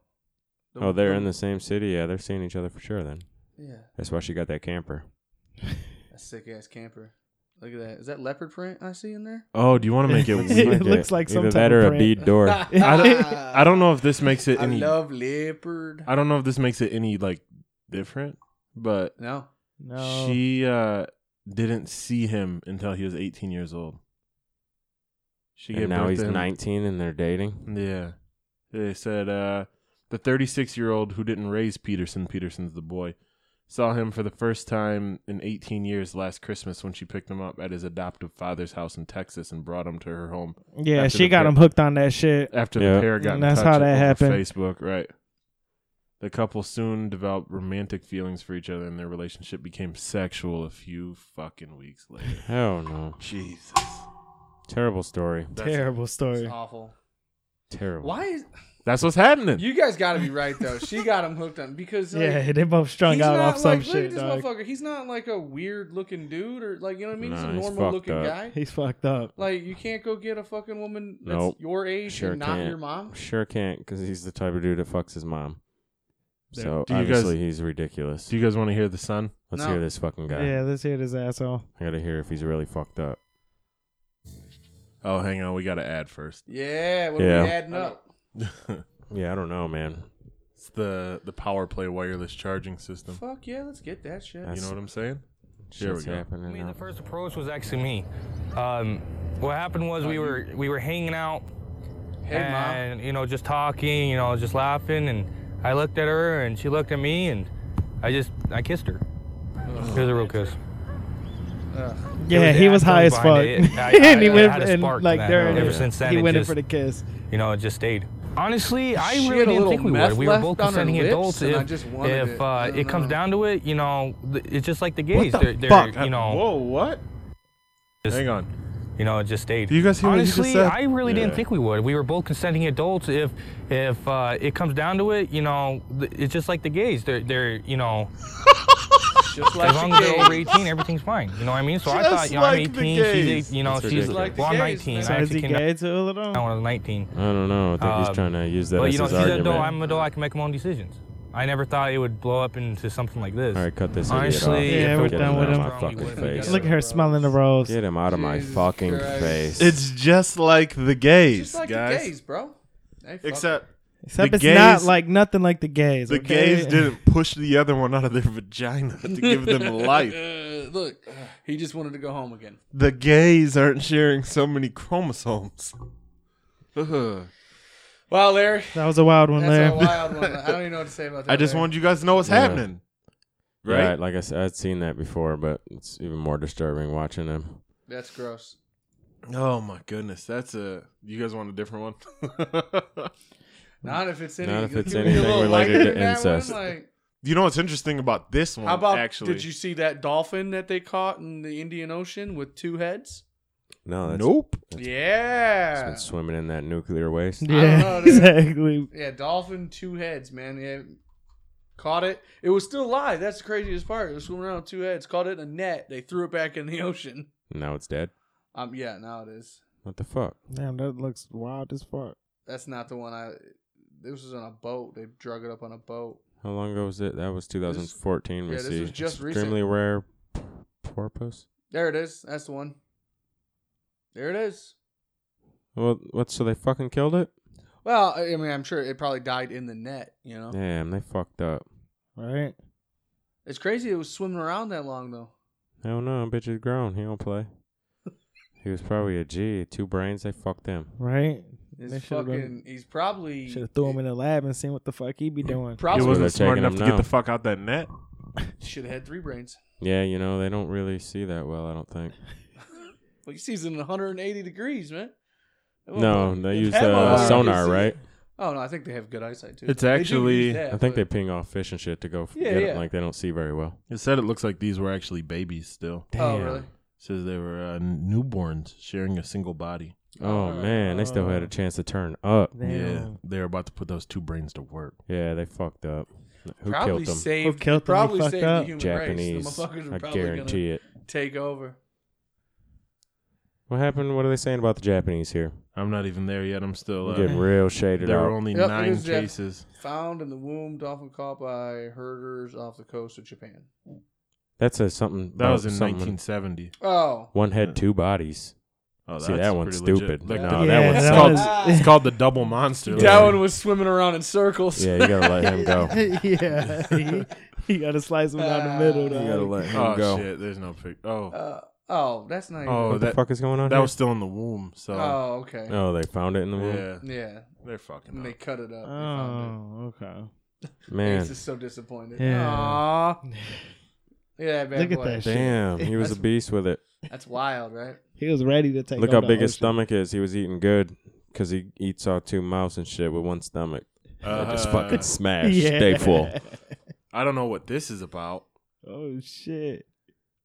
S5: The-
S3: Oh, they're in the same city. Yeah, they're seeing each other for sure. Then
S5: Yeah,
S3: that's why she got that camper.
S5: a sick ass camper. Look at that. Is that leopard print I see in there?
S2: Oh, do you want to make it
S4: It
S2: weird?
S4: looks like some
S3: either
S4: type
S3: that
S4: of
S3: or a
S4: prank.
S3: bead door.
S2: I don't, I don't know if this makes it
S5: I
S2: any.
S5: love leopard.
S2: I don't know if this makes it any like different, but
S5: No.
S4: No.
S2: she uh didn't see him until he was 18 years old. She
S3: And
S2: gave
S3: now
S2: birth
S3: he's
S2: to him-
S3: 19 and they're dating.
S2: Yeah. They said uh, the 36 year old who didn't raise Peterson, Peterson's the boy, saw him for the first time in 18 years last Christmas when she picked him up at his adoptive father's house in Texas and brought him to her home
S6: Yeah,
S2: After
S6: she
S2: the
S6: got
S2: pair-
S6: him hooked on that shit.
S2: after
S3: Yeah.
S2: the pair got
S6: And
S2: in
S6: that's
S2: touch
S6: how that
S2: over
S6: happened.
S2: Facebook, right? The couple soon developed romantic feelings for each other, and their relationship became sexual a few fucking weeks later.
S3: Oh no.
S2: Jesus,
S3: Terrible story.
S2: That's-
S6: Terrible
S5: It's
S6: story.
S5: awful.
S3: Terrible.
S5: Why is
S2: That's what's happening.
S5: you guys got to be right though? She got him hooked on because like,
S6: Yeah, they both strung
S5: he's
S6: out off
S5: not like,
S6: some
S5: look
S6: shit,
S5: At this
S6: dog.
S5: motherfucker. He's not like a weird looking dude or like you know what I mean. he's
S3: Nah,
S5: a
S3: he's
S5: normal looking
S3: fucked up.
S5: guy.
S6: He's fucked up.
S5: Like you can't go get a fucking woman that's
S3: Nope.
S5: your age
S3: Sure
S5: and not
S3: can't.
S5: your mom.
S3: Sure can't because he's the type of dude that fucks his mom.
S6: Yeah.
S3: So
S2: Do you
S3: obviously
S2: guys-
S3: he's ridiculous.
S2: Do you guys want to hear the son?
S3: Let's
S5: No.
S3: hear this fucking guy.
S6: Yeah, let's hear this asshole.
S3: I gotta hear if he's really fucked up.
S2: Oh, hang on, we got to ad first.
S5: Yeah, what
S3: Yeah.
S5: are we adding up?
S3: Yeah, I don't know, man.
S2: It's the the power play wireless charging system.
S5: Fuck yeah, let's get that shit.
S3: That's-
S2: You know what I'm saying? Here we
S3: Shit's
S2: go.
S3: happening.
S8: I mean,
S3: now.
S8: the first approach was actually me. Um, what happened was we were we were hanging out
S5: Hey mom.
S8: and you know just talking, you know, just laughing, and I looked at her and she looked at me, and I just I kissed her. It was a real kiss.
S6: Yeah, he was
S8: acting
S6: high as fuck.
S8: behind it. I- I-
S6: and he
S8: I
S6: went
S8: had a
S6: and
S8: spark
S6: like
S8: that,
S6: there
S8: uh,
S6: it
S8: ever
S6: is.
S8: since then,
S6: he
S8: it
S6: went
S8: just-
S6: in for the kiss.
S8: You know, it just stayed. Honestly, I
S5: She
S8: really
S5: had a
S8: didn't
S5: little
S8: think we
S5: meth
S8: would. We were
S5: left
S8: both
S5: on her
S8: consenting
S5: lips,
S8: adults.
S5: and
S8: if
S5: I just wanted
S8: if,
S5: it. I
S8: Uh,
S5: don't
S8: it comes
S5: know.
S8: down to it, you know, th- it's just like the gays.
S2: What the
S8: they're, they're,
S2: fuck?
S8: You know,
S2: Whoa, what?
S8: Just-
S2: Hang on.
S8: You know, it just stayed.
S2: Do you guys hear what he just
S8: Honestly,
S2: said?
S8: I really didn't
S2: Yeah.
S8: think we would. We were both consenting adults. If if uh, it comes down to it, you know, th- it's just like the gays. They're they're you know,
S5: Just like
S8: as long
S5: the
S8: as they're over
S5: gays.
S8: 18, everything's fine. You know what I mean? So I
S2: Just
S8: thought, you know,
S2: like
S8: I'm
S2: the
S8: 18. She's
S2: gays.
S8: eight, you know,
S3: That's
S8: she's
S3: ridiculous.
S5: Like the
S8: well, I'm
S5: gays,
S8: 19.
S5: man.
S6: So
S8: I
S6: is
S8: actually
S6: he
S8: came down
S6: gay to it all?
S8: when I was 19.
S3: I don't know. I think
S8: Um,
S3: he's trying to use that
S8: But
S3: as
S8: you know,
S3: his
S8: she's an
S3: argument.
S8: adult. I'm an adult. I can make my own decisions. I never thought it would blow up into something like this.
S3: All right, cut this
S8: Honestly,
S3: idiot off.
S6: Yeah, we're
S3: Get
S6: done
S3: him
S6: with
S3: out of
S6: him.
S3: my fucking face.
S6: Look at her smelling the rose.
S3: Get him out of my
S5: Jesus
S3: fucking
S5: Christ.
S3: face.
S2: It's just like the gays,
S5: Just like
S2: guys.
S5: the gays, bro. Hey, fuck
S2: Except
S6: Except
S2: the
S6: it's not
S2: gays-
S6: like nothing like the gays.
S2: the
S6: okay?
S2: gays didn't push the other one out of their vagina to give them life.
S5: Uh, look, he just wanted to go home again.
S2: The gays aren't sharing so many chromosomes. Ugh.
S5: Wow, Larry,
S6: That was a wild one
S5: that's
S6: there.
S5: a wild one. I don't even know what to say about that.
S2: I just
S5: Larry.
S2: wanted you guys to know what's
S3: Yeah.
S2: happening.
S3: Yeah,
S2: Right?
S3: like I said, I'd seen that before, but it's even more disturbing watching him.
S5: That's gross.
S2: Oh my goodness. That's a you guys want a different one?
S5: Not if it's any,
S3: Not if it's
S5: give me a
S3: anything
S5: little
S3: related to
S5: lighter than that one,
S3: incest.
S5: like-
S2: you know what's interesting about this one
S5: how about
S2: actually?
S5: did you see that dolphin that they caught in the Indian Ocean with two heads?
S3: No, that's
S2: Nope.
S3: He's
S5: Yeah.
S3: been swimming in that nuclear waste.
S6: yeah,
S5: know, dude.
S6: exactly.
S5: Yeah, dolphin, two heads, man. Yeah. Caught it. It was still alive. That's the craziest part. It was swimming around with two heads. Caught it in a net. They threw it back in the ocean.
S3: Now it's dead.
S5: Um, yeah, now it is.
S3: What the fuck?
S6: Damn, that looks wild as fuck.
S5: That's not the one I. This was on a boat. They drug it up on a boat.
S3: How long ago was it? That was 2014. we
S5: yeah, this
S3: see
S5: was just recent.
S3: extremely rare p- porpoise.
S5: There it is. That's the one. There it is.
S3: Well, what? So they fucking killed it?
S5: Well, I I mean, I'm sure it probably died in the net. You know,
S3: Damn, they fucked up.
S6: Right?
S5: it's crazy. It was swimming around that long though.
S3: Hell no, bitch is grown. He don't play. he was probably a G. Two brains. They fucked him.
S6: Right? They
S5: It's
S6: should've
S5: fucking.
S6: been-
S5: he's probably.
S6: Should have threw him in the lab and seen what the fuck he be doing.
S2: You
S5: Probably
S2: wasn't
S3: they're
S2: smart
S3: taking
S2: enough
S3: him
S2: to get
S3: now.
S2: the fuck out that net.
S5: should have had three brains.
S3: Yeah, you know they don't really see that well. I don't think.
S5: Well, he sees it in 180 degrees, man.
S3: No, they use uh,
S5: Hell,
S3: sonar,
S5: you
S3: right?
S5: Oh no, I think they have good eyesight too.
S2: It's
S5: They do
S2: actually-
S5: use that,
S3: I think they
S5: but-
S3: ping off fish and shit to go f-
S5: Yeah,
S3: get
S5: yeah.
S3: it. Like they don't see very well.
S2: It said it looks like these were actually babies still.
S5: Oh really?
S2: says they were uh, newborns sharing a single body.
S3: Oh man, they still had
S5: uh.
S3: a chance to turn up.
S6: Damn.
S2: Yeah, they're about to put those two brains to work.
S3: Yeah, they fucked up. Who
S5: probably
S3: killed them?
S5: saved.
S6: Who killed them?
S5: probably
S6: They fucked
S5: saved the
S6: up.
S5: human race.
S3: Japanese.
S5: The motherfuckers
S3: I
S5: are probably
S3: guarantee it.
S5: gonna take over.
S3: What happened? What are they saying about the Japanese here?
S2: I'm not even there yet. I'm still.
S3: We're
S2: Uh,
S3: getting real shaded
S2: there were
S3: out.
S2: only
S5: Yep, it
S2: nine
S5: is Jap-
S2: cases.
S5: Found in the womb, dolphin caught by herders off the coast of Japan.
S3: That says something.
S2: That
S3: about
S2: was in
S3: something.
S2: 1970.
S5: Oh,
S3: One head, two bodies.
S2: Oh,
S3: See, that one's
S2: pretty
S3: stupid.
S2: Like,
S3: No,
S2: the-
S3: that
S6: Yeah,
S3: one's
S2: it's,
S6: that
S2: called,
S6: was-
S2: it's called the double monster.
S5: that one was swimming around in circles.
S3: Yeah, you gotta let him go.
S6: yeah, he, you gotta slice them down the middle.
S5: You
S6: Though.
S3: You gotta let him
S2: Oh
S3: go.
S2: shit, there's no pic. Oh,
S5: Uh, oh, that's not.
S2: Oh,
S5: even,
S3: What the
S2: that-
S3: fuck is going on?
S2: that
S3: here?
S2: was still in the womb. So
S5: oh, okay.
S3: Oh, they found it in the womb.
S2: yeah,
S5: Yeah,
S2: they're fucking.
S5: and they
S2: up.
S5: cut it up. They found
S6: Oh, okay.
S5: it.
S3: Man,
S5: Ace is so disappointed.
S6: Yeah.
S5: Aww. Look at that bad
S6: Look at
S5: boy.
S6: that shit.
S3: damn, he was a
S5: That's-
S3: beast with it.
S5: That's wild, right?
S6: He was ready to take.
S3: Look
S6: on
S3: how
S6: the
S3: big his
S6: ocean.
S3: stomach is. He was eating good because he eats all two mouths and shit with one stomach. I just
S2: Uh,
S3: fucking smash. Stay full.
S2: I don't know what this is about.
S6: Oh shit!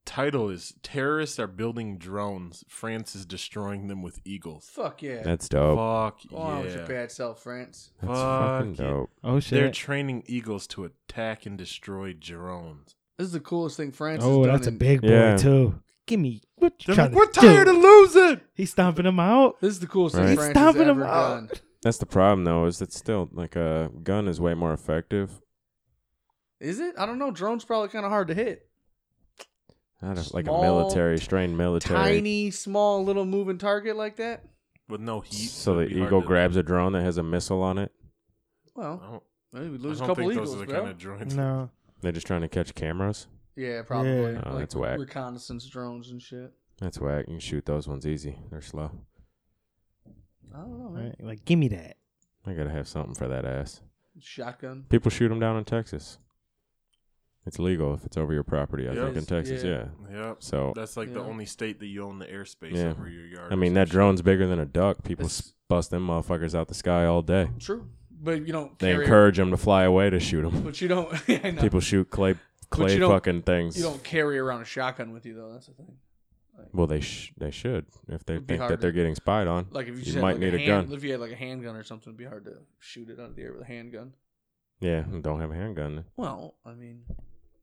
S2: Title is Terrorists Are Building Drones. France is Destroying Them with Eagles.
S5: Fuck yeah.
S3: That's dope.
S2: Fuck
S5: Go on with your
S2: yeah.
S5: bad self, France.
S3: That's fucking
S2: Fuck yeah.
S3: dope.
S6: Oh
S2: They're
S6: shit!
S2: training eagles to attack and destroy drones.
S5: This is the coolest thing France has
S6: oh,
S5: done.
S6: that's a
S5: in-
S6: big boy
S3: Yeah.
S6: too. Give me what you
S2: They're
S6: trying
S2: like, we're
S6: to do?"
S2: tired of losing.
S6: He's stomping him out.
S5: This is the coolest
S3: Right.
S5: thing
S3: He's
S5: France has
S6: stomping
S5: ever
S6: 'em out.
S5: done.
S3: That's the problem though. Is that still like a gun is way more effective?
S5: Is it? I don't know. Drone's probably kind of hard to hit.
S3: Not a, like a
S5: Small,
S3: military strained military.
S5: Tiny, small, little moving target like that.
S2: With no heat.
S3: So the
S2: it'd be hard
S3: eagle
S2: to-
S3: grabs a drone that has a missile on it.
S2: I
S5: Well,
S2: don't,
S5: maybe we
S2: I
S5: lose a
S2: don't
S5: couple
S2: think
S5: eagles,
S2: those are the
S5: bro.
S2: kind of drones.
S6: No,
S3: They're just trying to catch cameras.
S5: yeah, probably.
S6: Yeah.
S3: Oh,
S5: like
S3: that's whack.
S5: Reconnaissance drones and shit.
S3: That's whack. You can shoot those ones easy. They're slow.
S5: I don't know, man.
S6: right? like give me that.
S3: I gotta have something for that ass.
S5: Shotgun.
S3: People shoot them down in Texas. It's legal if it's over your property. I
S2: Yeah.
S3: think in Texas,
S5: Yeah.
S3: yeah.
S2: Yep.
S3: So
S2: That's like the
S5: Yeah.
S2: only state that you own the airspace
S3: Yeah.
S2: over your yard.
S3: I
S2: or
S3: mean,
S2: some
S3: that
S2: shit.
S3: drone's bigger than a duck. People
S5: It's-
S3: s- bust them motherfuckers out the sky all day.
S5: True, but you don't.
S3: They
S5: carry,
S3: encourage them to fly away to shoot them.
S5: But you don't. yeah, I know.
S3: People shoot clay clay
S5: you don't-
S3: fucking things.
S5: You don't carry around a shotgun with you though. That's the thing.
S3: Well, they sh- they should if they
S5: It'd be
S3: think
S5: harder.
S3: that they're getting spied on.
S5: Like if you,
S3: You
S5: just had,
S3: might
S5: like,
S3: need a
S5: hand-
S3: gun.
S5: If you had like a handgun or something, it'd be hard to shoot it out of the air with a handgun.
S3: yeah, and don't have a handgun.
S5: Well, I mean,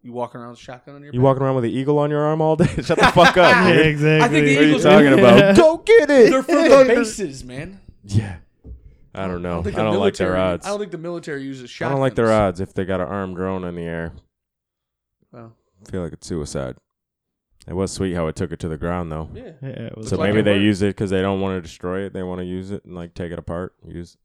S5: you walking around with a shotgun on your.
S3: You
S5: back?
S3: walking around with an eagle on your arm all day? Shut the fuck up,
S6: Yeah,
S3: dude.
S6: exactly.
S5: I think the
S3: What are you
S5: Eagles-
S3: talking about? Don't get it.
S5: They're from the bases, man.
S3: Yeah. I don't know. I don't,
S5: think the
S3: like their
S5: military-
S3: odds.
S5: I don't think the military uses
S3: I
S5: shotguns.
S3: don't like their odds if they got an armed drone in the air.
S5: Well,
S3: I feel like it's suicide. It was sweet how it took it to the ground, though.
S5: yeah.
S6: Yeah, it was
S3: So
S5: like
S3: maybe
S5: it
S3: they
S5: worked.
S3: use it because they don't want to destroy it. They want to use it and like take it apart. Use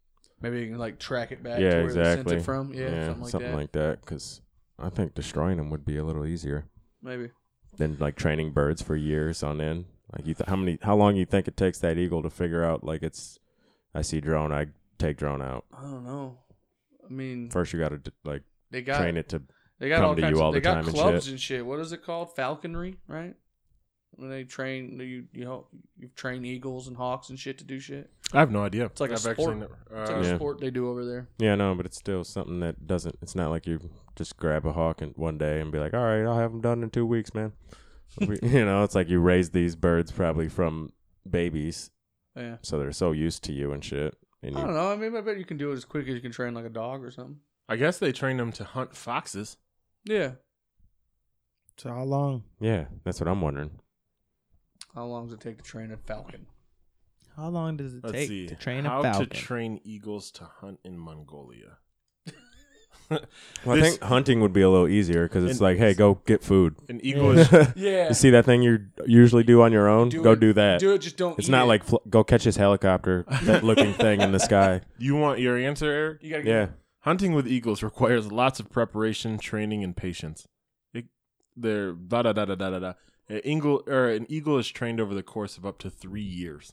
S5: Maybe you can like track it back.
S3: Yeah,
S5: to where They
S3: exactly.
S5: sent it from. Yeah, something like that.
S3: Because I think destroying them would be a little easier
S5: Maybe.
S3: than like training birds for years on end. Like you, th- how many, how long you think it takes that eagle to figure out like it's? I see drone. I take drone out
S5: I don't know. I mean,
S3: first. You got to d- like
S5: they got
S3: train it to.
S5: They got
S3: come
S5: all
S3: to
S5: kinds
S3: you
S5: of,
S3: all
S5: they
S3: the
S5: got
S3: time and
S5: clubs
S3: shit.
S5: and shit. What is it called? Falconry, right? When they train you, you know, you train eagles and hawks and shit to do shit.
S2: I have no idea. It's
S5: like a
S2: I've
S5: sport.
S2: Actually never,
S5: It's
S2: uh,
S5: like
S3: Yeah.
S5: a sport they do over there.
S3: Yeah, no, but it's still something that doesn't. It's not like you just grab a hawk and one day and be like, all right, I'll have them done in two weeks, man. We- you know, it's like you raise these birds probably from babies,
S5: Yeah.
S3: so they're so used to you and shit. And
S5: I
S3: you
S5: don't know. I mean, I bet you can do it as quick as you can train like a dog or something.
S2: I guess they train them to hunt foxes.
S5: Yeah.
S6: So how long?
S3: Yeah, that's what I'm wondering.
S5: How long does it take to train a falcon?
S6: How long does it
S2: Let's
S6: take
S2: see.
S6: to train
S2: How
S6: a falcon?
S2: to train eagles to hunt in Mongolia.
S3: Well, I
S2: This-
S3: think hunting would be a little easier because it's
S2: And-
S3: like, hey, go get food.
S2: An eagle is
S5: Yeah.
S3: You see that thing you usually do on your own? go do that.
S5: Do it. Just don't.
S3: It's
S5: eat
S3: not
S5: it.
S3: like fl- go catch this helicopter that looking thing in the sky.
S2: You want your answer, Eric?
S5: you gotta.
S3: Yeah,
S5: Get,
S2: Hunting with eagles requires lots of preparation, training, and patience. It, they're da da da da da da da. An eagle, or an eagle is trained over the course of up to three years.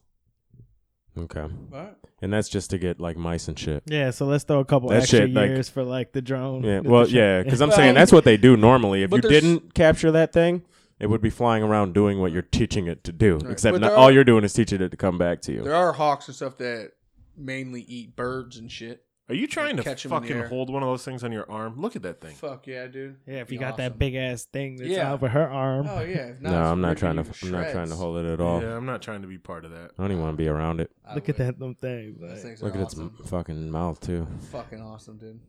S3: okay.
S5: All right.
S3: And that's just to get like mice and shit.
S6: Yeah, so let's throw a couple
S3: That
S6: extra
S3: shit, like-
S6: years for like the
S2: Mm-hmm.
S6: drone.
S3: Yeah,
S6: with the
S3: well,
S6: shot-
S3: yeah, because I'm
S5: Well,
S3: saying that's what they do normally. If
S5: but
S3: you
S5: there's-
S3: didn't capture that thing, it would be flying around doing what you're teaching it to do.
S5: Right.
S3: Except
S5: But
S3: not,
S5: there
S3: all
S5: are-
S3: you're doing is teaching it to come back to you.
S5: There are hawks and stuff that mainly eat birds and shit.
S2: Are you trying to
S5: Catch 'em in the
S2: fucking
S5: air.
S2: hold one of those things on your arm? Look at that thing.
S5: Fuck yeah, dude.
S6: yeah. If
S5: Be
S6: you got
S5: awesome.
S6: that big ass thing that's
S5: Yeah.
S6: over her arm,
S5: Oh yeah. If not,
S3: No,
S5: it's
S3: I'm not
S5: ripping
S3: trying
S5: you
S3: to. I'm not trying to
S5: shreds.
S3: hold it at all.
S2: Yeah, I'm not trying to be part of that.
S3: I don't even want to be around it.
S5: I
S6: look at
S5: would.
S6: that little thing.
S5: Those
S6: like-
S5: things are
S3: Look at its
S5: awesome.
S3: m- fucking mouth too.
S5: Fucking awesome, dude.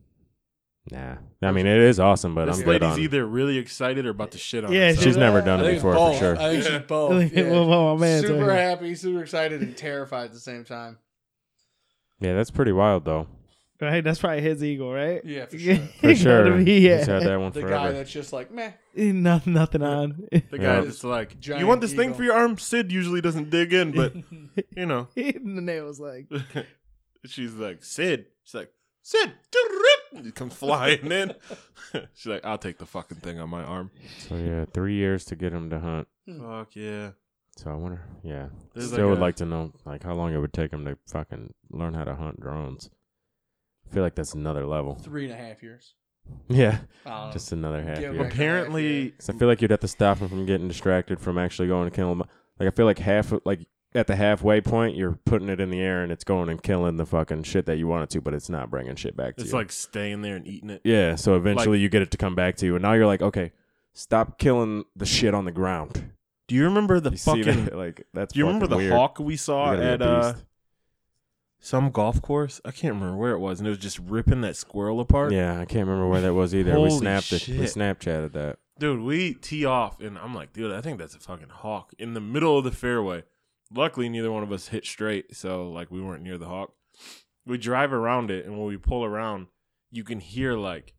S3: Nah, I mean it is awesome, but
S2: this
S3: I'm good
S2: lady's
S3: on.
S2: either really excited or about to shit on.
S6: Yeah,
S2: herself.
S3: She's never
S5: I
S3: done it
S5: think
S3: before
S5: both.
S3: for sure.
S5: I think she's both. Yeah.
S6: Well, well, my man's right
S5: super
S6: here.
S5: happy, super excited, and terrified at the same time.
S3: Yeah, that's pretty wild though.
S6: Right, that's probably his eagle, right?
S5: Yeah, for
S6: You
S5: sure.
S6: know
S3: For
S6: what
S3: sure,
S6: I mean?
S3: he's had
S6: Yeah,
S3: that one
S5: The guy
S3: forever.
S5: that's just like, meh.
S6: Noth- nothing on.
S2: The guy
S3: Yeah.
S2: that's like,
S5: Giant
S2: you want this thing
S5: eagle.
S2: for your arm? Sid usually doesn't dig in, but you know,
S6: and the nail was like,
S2: she's like, Sid. She's like, Sid. do-do-do." He comes flying in. She's like, I'll take the fucking thing on my arm.
S3: So yeah, three years to get him to hunt.
S2: Fuck yeah.
S3: So I wonder. Yeah,
S2: There's
S3: still
S2: like
S3: would
S2: a-
S3: like to know like how long it would take him to fucking learn how to hunt drones. I feel like that's another level.
S5: Three and a half years.
S3: Yeah,
S5: I don't
S3: just another half
S5: Give
S3: year.
S5: him a-
S2: Apparently,
S3: 'Cause I feel like you'd have to stop him from getting distracted from actually going to kill him. Like I feel like half of- like at the halfway point, you're putting it in the air and it's going and killing the fucking shit that you wanted to, but it's not bringing shit back to
S2: it's
S3: you.
S2: like staying there and eating it.
S3: yeah, so eventually you get it to come back to you, and now you're like, okay, stop killing the shit on the ground.
S2: Do you remember the
S3: You see
S2: fucking.
S3: that? Like that's.
S2: Do you remember the
S3: fucking weird.
S2: hawk we
S3: You
S2: saw
S3: gotta be a
S2: at uh,
S3: beast.
S2: some golf course? I can't remember where it was, and it was just ripping that squirrel apart.
S3: Yeah, I can't remember where that was either. we
S2: Holy
S3: snapped it. We
S2: shit.
S3: Snapchatted that.
S2: Dude, we tee off, and I'm like, dude, I think that's a fucking hawk in the middle of the fairway. Luckily, neither one of us hit straight, so like we weren't near the hawk. We drive around it, and when we pull around, you can hear like,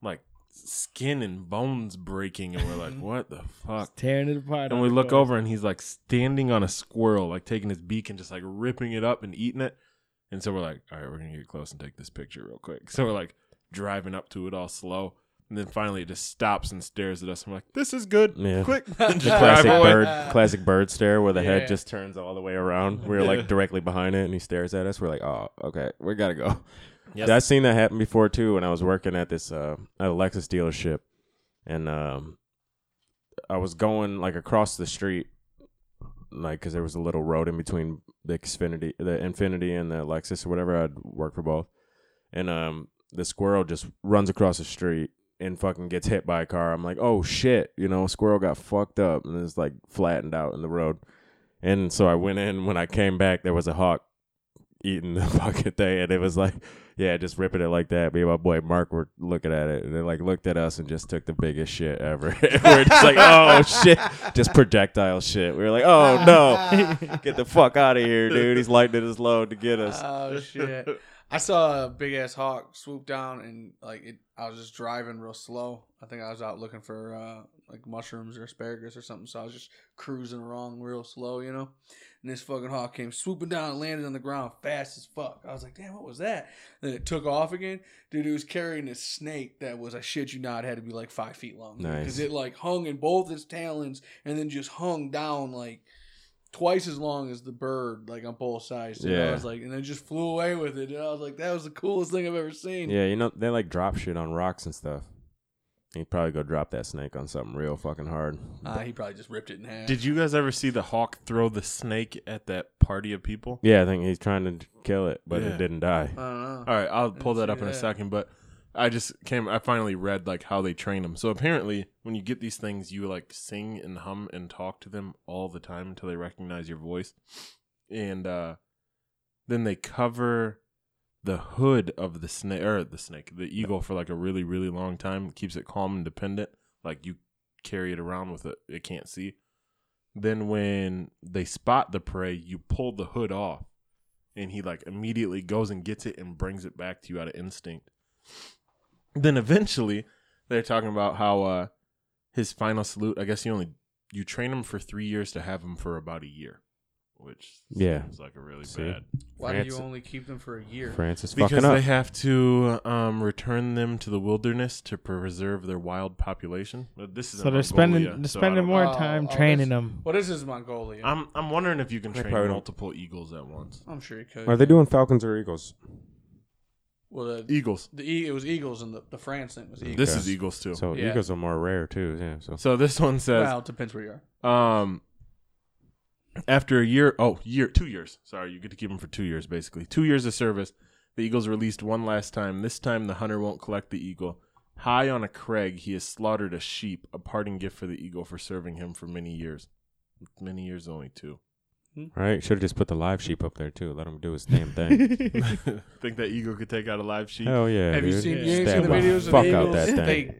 S2: like skin and bones breaking, and we're like, what the fuck?
S6: tearing it apart.
S2: And
S6: on
S2: we
S6: the
S2: look
S6: course.
S2: over, and he's like standing on a squirrel, like taking his beak and just like ripping it up and eating it. And so we're like, all right, we're gonna get close and take this picture real quick. So we're like driving up to it all slow, and then finally it just stops and stares at us. I'm like, this is good,
S3: Yeah.
S2: quick, and just
S3: The
S2: drive
S3: classic
S2: away.
S5: Uh,
S3: bird, classic bird stare where the
S5: Yeah.
S3: head just turns all the way around. We're like directly behind it, and he stares at us. We're like, oh, okay, we gotta go.
S2: Yes.
S3: I've seen that happen before too. When I was working at this uh, at a Lexus dealership, and um, I was going like across the street, like because there was a little road in between the Xfinity, the Infinity, and the Lexus or whatever. I'd work for both, and um, the squirrel just runs across the street and fucking gets hit by a car. I'm like, oh shit, you know, squirrel got fucked up and is like flattened out in the road. And so I went in. When I came back, there was a hawk eating the fucking thing, and it was like, yeah, just ripping it like that. Me and my boy Mark were looking at it, and they like looked at us and just took the biggest shit ever. And we're just like, oh shit, just projectile shit. We were like, oh no, get the fuck out of here, dude. He's lighting his load to get us.
S5: Oh shit! I saw a big ass hawk swoop down and like it, I was just driving real slow. I think I was out looking for uh, like mushrooms or asparagus or something, so I was just cruising along real slow, you know. And this fucking hawk came swooping down and landed on the ground fast as fuck. I was like, damn, what was that? Then it took off again. Dude, it was carrying a snake that was, I shit you not, had to be like five feet long.
S3: Nice.
S5: Because it like hung in both its talons and then just hung down like twice as long as the bird, like on both sides. dude. I
S3: Yeah.
S5: was like, and then just flew away with it. And I was like, that was the coolest thing I've ever seen.
S3: Yeah, you know they like drop shit on rocks and stuff. He'd probably go drop that snake on something real fucking hard.
S5: Uh, he probably just ripped it in half.
S2: Did you guys ever see the hawk throw the snake at that party of people?
S3: Yeah, I think he's trying to kill it, but
S2: Yeah.
S3: it didn't die.
S5: Oh, I don't know.
S2: All right, I'll pull that
S5: see
S2: up in a
S5: that.
S2: second, but I just came I finally read like how they train them. So apparently, when you get these things, you like sing and hum and talk to them all the time until they recognize your voice. And uh then they cover the hood of the snake or the snake, the eagle for like a really really long time, keeps it calm and dependent, like you carry it around with it, it can't see. Then when they spot the prey, you pull the hood off and he like immediately goes and gets it and brings it back to you out of instinct. Then eventually, they're talking about how uh, his final salute. I guess you only you train him for three years to have him for about a year, which
S3: Yeah.
S2: seems like a really
S3: See?
S2: bad
S5: Why do
S3: France-
S5: you only keep them for a year?
S3: France is
S2: because
S3: fucking up.
S2: they have to um, return them to the wilderness to preserve their wild population. But this is
S6: So
S2: in
S6: they're spending
S2: Mongolia,
S6: they're
S2: so I
S6: spending
S2: don't
S6: more
S2: know.
S5: Oh,
S6: time
S5: oh,
S6: training
S5: that's-
S6: them.
S5: Well, this is Mongolia. I'm,
S2: I'm I'm wondering if you can
S3: They
S2: train
S3: probably don't-
S2: multiple eagles at once.
S5: sure he could.
S3: Are they doing Falcons or Eagles?
S5: Well, the,
S2: Eagles.
S5: the e- it was eagles and the, the France thing was eagles.
S2: This
S3: Okay.
S2: is eagles too. So,
S3: So
S5: Yeah.
S3: Eagles are more rare too. Yeah. So
S2: this one says
S5: well, it depends where you are.
S2: Um, after a year, oh, year, two years. Sorry, you get to keep him for two years, basically. Two years of service. The eagle's released one last time. This time, the hunter won't collect the eagle. High on a crag, he has slaughtered a sheep, a parting gift for the eagle for serving him for many years. Many years, only two.
S5: Mm-hmm.
S3: right, should have just put the live sheep up there too. Let him do his damn thing.
S2: Think that eagle could take out a live sheep?
S3: Hell yeah.
S5: Have you
S3: dude.
S5: seen,
S6: Yeah.
S5: you ain't
S3: Stab
S5: seen the
S3: the
S5: videos
S3: fuck
S5: of
S3: out
S5: eagles?
S3: that
S5: They
S3: thing.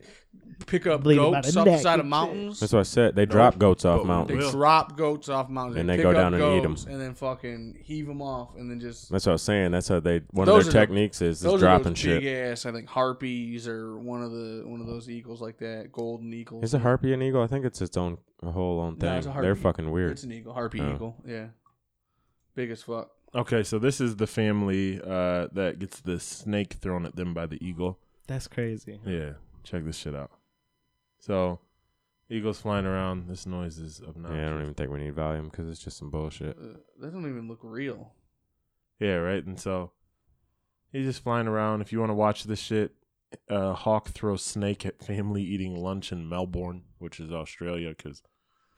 S5: pick up
S6: Bleed 'em by
S5: goats
S6: the
S5: off the
S6: neck
S5: side of
S6: and shit.
S5: mountains.
S3: That's what I said. They drop goats off
S2: They-
S5: They
S3: mountains.
S2: Will.
S5: drop goats off mountains
S3: And
S5: they
S3: they
S5: pick
S3: go down
S5: up
S3: and eat
S5: goats
S3: 'em.
S5: and then fucking heave them off and then just
S3: That's what I was saying. That's how they one
S5: Those
S3: of
S5: are the-
S3: their techniques is,
S5: those
S3: is
S5: are
S3: dropping
S5: those
S3: shit.
S5: big ass I think harpies or one of the one of those eagles like that golden eagles.
S3: Is a harpy an eagle? I think it's its own a whole own
S5: No,
S3: thing.
S5: it's a
S3: They're
S5: harpy.
S2: Oh.
S3: fucking weird.
S5: It's an eagle, harpy
S3: Oh.
S5: eagle, yeah, big as fuck.
S2: Okay, so this is the family uh, that gets the snake thrown at them by the eagle.
S6: That's crazy.
S2: Yeah, check this shit out. So, eagle's flying around. This noise is obnoxious.
S3: Yeah, I don't even think we need volume because it's just some bullshit.
S5: Uh, that don't even look real.
S2: Yeah, right. And so he's just flying around. If you want to watch this shit, uh, Hawk throws snake at family eating lunch in Melbourne, which is Australia, because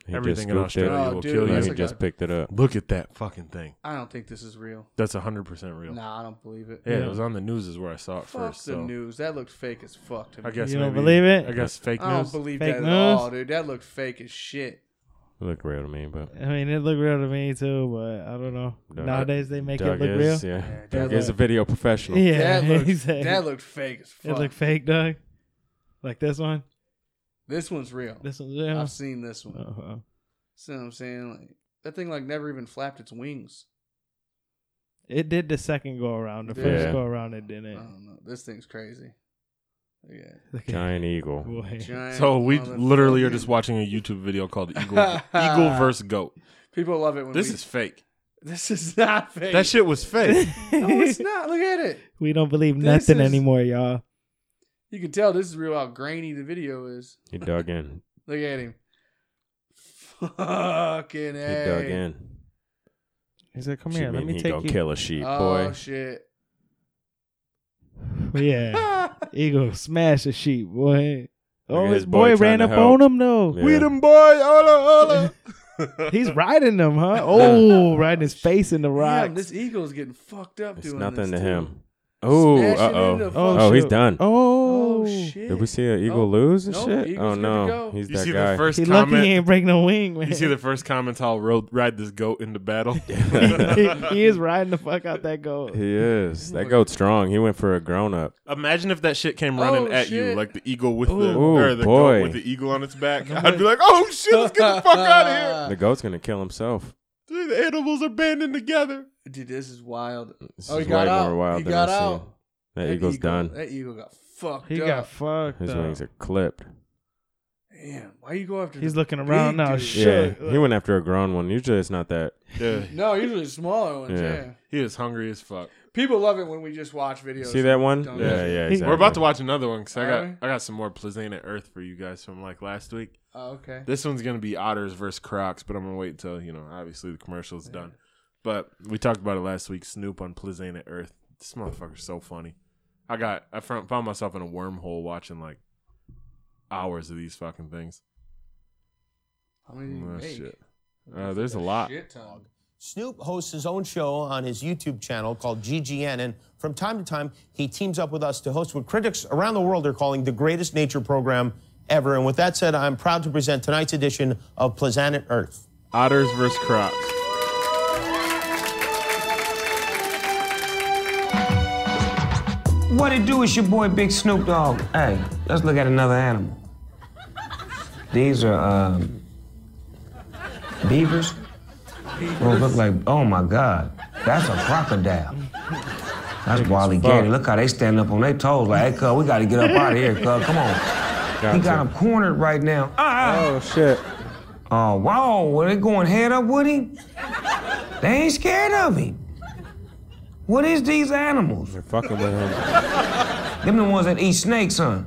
S3: He just
S2: Everything in
S3: scooped it.
S2: Australia
S5: Oh, will dude,
S2: kill
S3: He
S2: that's you.
S5: like
S3: just
S5: a-
S3: picked it up.
S2: look at that fucking thing.
S5: I don't think this is real.
S2: That's 100% real.
S5: Nah, I don't believe it.
S2: Yeah, it was on the news is where I saw it
S5: Fuck
S2: first.
S5: the
S2: so
S5: news. That looked fake as fuck to me.
S2: I guess
S6: You don't
S2: maybe-
S6: believe it?
S2: I guess fake
S5: I don't
S2: news.
S5: believe
S6: Fake
S5: that
S6: news?
S5: at all, dude. That looked fake as shit.
S3: It looked real to me, but
S6: I mean, it looked real to me too, but I don't know. Nowadays they make
S3: Doug
S6: it look
S3: is,
S6: real.
S3: Yeah,
S5: Yeah,
S3: Doug
S5: Doug
S3: is a video professional.
S6: Yeah,
S5: that looked
S6: exactly.
S5: that looked fake as
S6: It
S5: fuck.
S6: looked fake, Doug. Like this one.
S5: this one's real.
S6: This one's real.
S5: I've seen this one.
S6: Oh, oh.
S5: See what I'm saying? Like that thing like never even flapped its wings.
S6: It did the second go around. The
S5: Yeah.
S6: first go around, it didn't.
S5: I don't know. This thing's crazy. Yeah.
S6: Look at-
S3: Giant eagle.
S6: Boy.
S5: Giant
S2: So we
S5: motherfucking-
S2: literally are just watching a YouTube video called Eagle Eagle versus Goat.
S5: People love it when
S2: This
S5: we-
S2: is fake.
S5: this is not fake.
S2: That shit was fake.
S5: No, it's not. Look at it.
S6: we don't believe
S5: Oh, This
S6: nothing
S5: is-
S6: anymore, y'all.
S5: You can tell this is real how grainy the video is.
S3: He dug in.
S5: Look at him. Fucking
S3: He
S5: A.
S3: dug in.
S6: He said, "Come
S3: She
S6: here, let
S3: mean
S6: me
S3: he
S6: take
S3: gonna
S6: you."
S3: kill a sheep,
S5: Oh
S3: boy.
S5: shit.
S6: Yeah, eagle smash a sheep, boy.
S3: Look
S6: Oh,
S3: at
S6: his
S3: his boy
S6: boy,
S3: trying
S6: ran
S3: to
S6: up
S3: help.
S6: on him though.
S3: Yeah.
S2: We them boy, hola hola.
S6: He's riding them, huh? Oh, riding his face in the
S5: Damn,
S6: rocks.
S5: this eagle's getting fucked up
S3: It's
S5: doing
S3: nothing to
S5: this, too.
S3: him. Oh,
S5: Smashing
S3: uh
S5: into
S3: oh.
S5: fucking-
S3: Oh, he's
S6: shoot.
S3: done.
S6: Oh,
S5: Oh, shit.
S3: Did we see an eagle
S5: Oh,
S3: lose and
S5: no,
S3: shit?
S5: eagle's
S3: Oh
S5: good to
S3: no,
S5: go.
S3: he's
S2: You
S3: that
S2: see
S3: guy.
S2: the first
S6: he lucky he
S2: comment.
S6: ain't break no wing, man.
S2: You see the first comment how rode ride this goat into battle.
S6: he, he is riding the fuck out that goat.
S3: He is.
S5: Oh.
S3: That goat's strong. He went for a grown up.
S2: Imagine if that shit came running
S5: Oh,
S2: at you
S5: shit.
S2: like the eagle with the
S3: Ooh,
S2: or the
S3: boy.
S2: goat with the eagle on its back. I'd be like, oh shit, let's get the fuck out of
S5: Uh.
S3: The goat's gonna kill himself.
S2: here. The animals are banding together.
S5: Dude, this is wild.
S3: This
S5: oh, he
S3: is
S5: got
S3: way
S5: out.
S3: more wild
S5: he
S3: than
S5: got
S3: I've
S5: out.
S3: seen. That eagle's
S5: eagle,
S3: done.
S5: That eagle got fucked
S6: He
S5: up.
S6: got fucked.
S3: His
S6: up.
S3: wings are clipped.
S5: Damn, why you go after?
S6: He's
S5: the
S6: looking around
S5: big
S6: now.
S5: dude?
S3: Yeah,
S6: Shit.
S3: he went after a grown one. Usually it's not that.
S2: Yeah,
S5: No, usually the smaller ones.
S3: Yeah.
S5: Yeah.
S2: he is hungry as fuck.
S5: People love it when we just watch videos.
S3: See that one?
S5: Dumb
S3: Yeah,
S5: shit.
S3: yeah.
S6: We're
S3: Exactly.
S2: We're about to watch another one because I got
S5: Alright.
S2: I got some more Plazanet Earth for you guys from like last week.
S5: Oh, okay.
S2: This one's gonna be otters versus crocs, but I'm gonna wait until you know obviously the commercial's done. But we talked about it last week. Snoop on Plazanet Earth. This motherfucker's so funny. I got I found found myself in a wormhole watching like hours of these fucking things.
S5: How many do you
S2: Oh,
S5: make?
S2: shit. Uh, there's a lot.
S5: Shit ton.
S9: Snoop hosts his own show on his YouTube channel called GGN, and from time to time, he teams up with us to host what critics around the world are calling the greatest nature program ever. And with that said, I'm proud to present tonight's edition of Plazanet Earth.
S2: Otters versus crocs.
S10: What it do? It's your boy Big Snoop Dogg. Hey, let's look at another animal. These are um, beavers. Those look like, oh my God, that's a crocodile. That's Wally Gator. Look how they stand up on their toes like, hey, cuz, we gotta get up out of here, cuz, come on. He got him cornered right now. Ah!
S3: Oh shit!
S10: Oh, wow, were they going head up with him? They ain't scared of him. What is these animals?
S3: They're fucking with him.
S10: Them the ones that eat snakes, huh?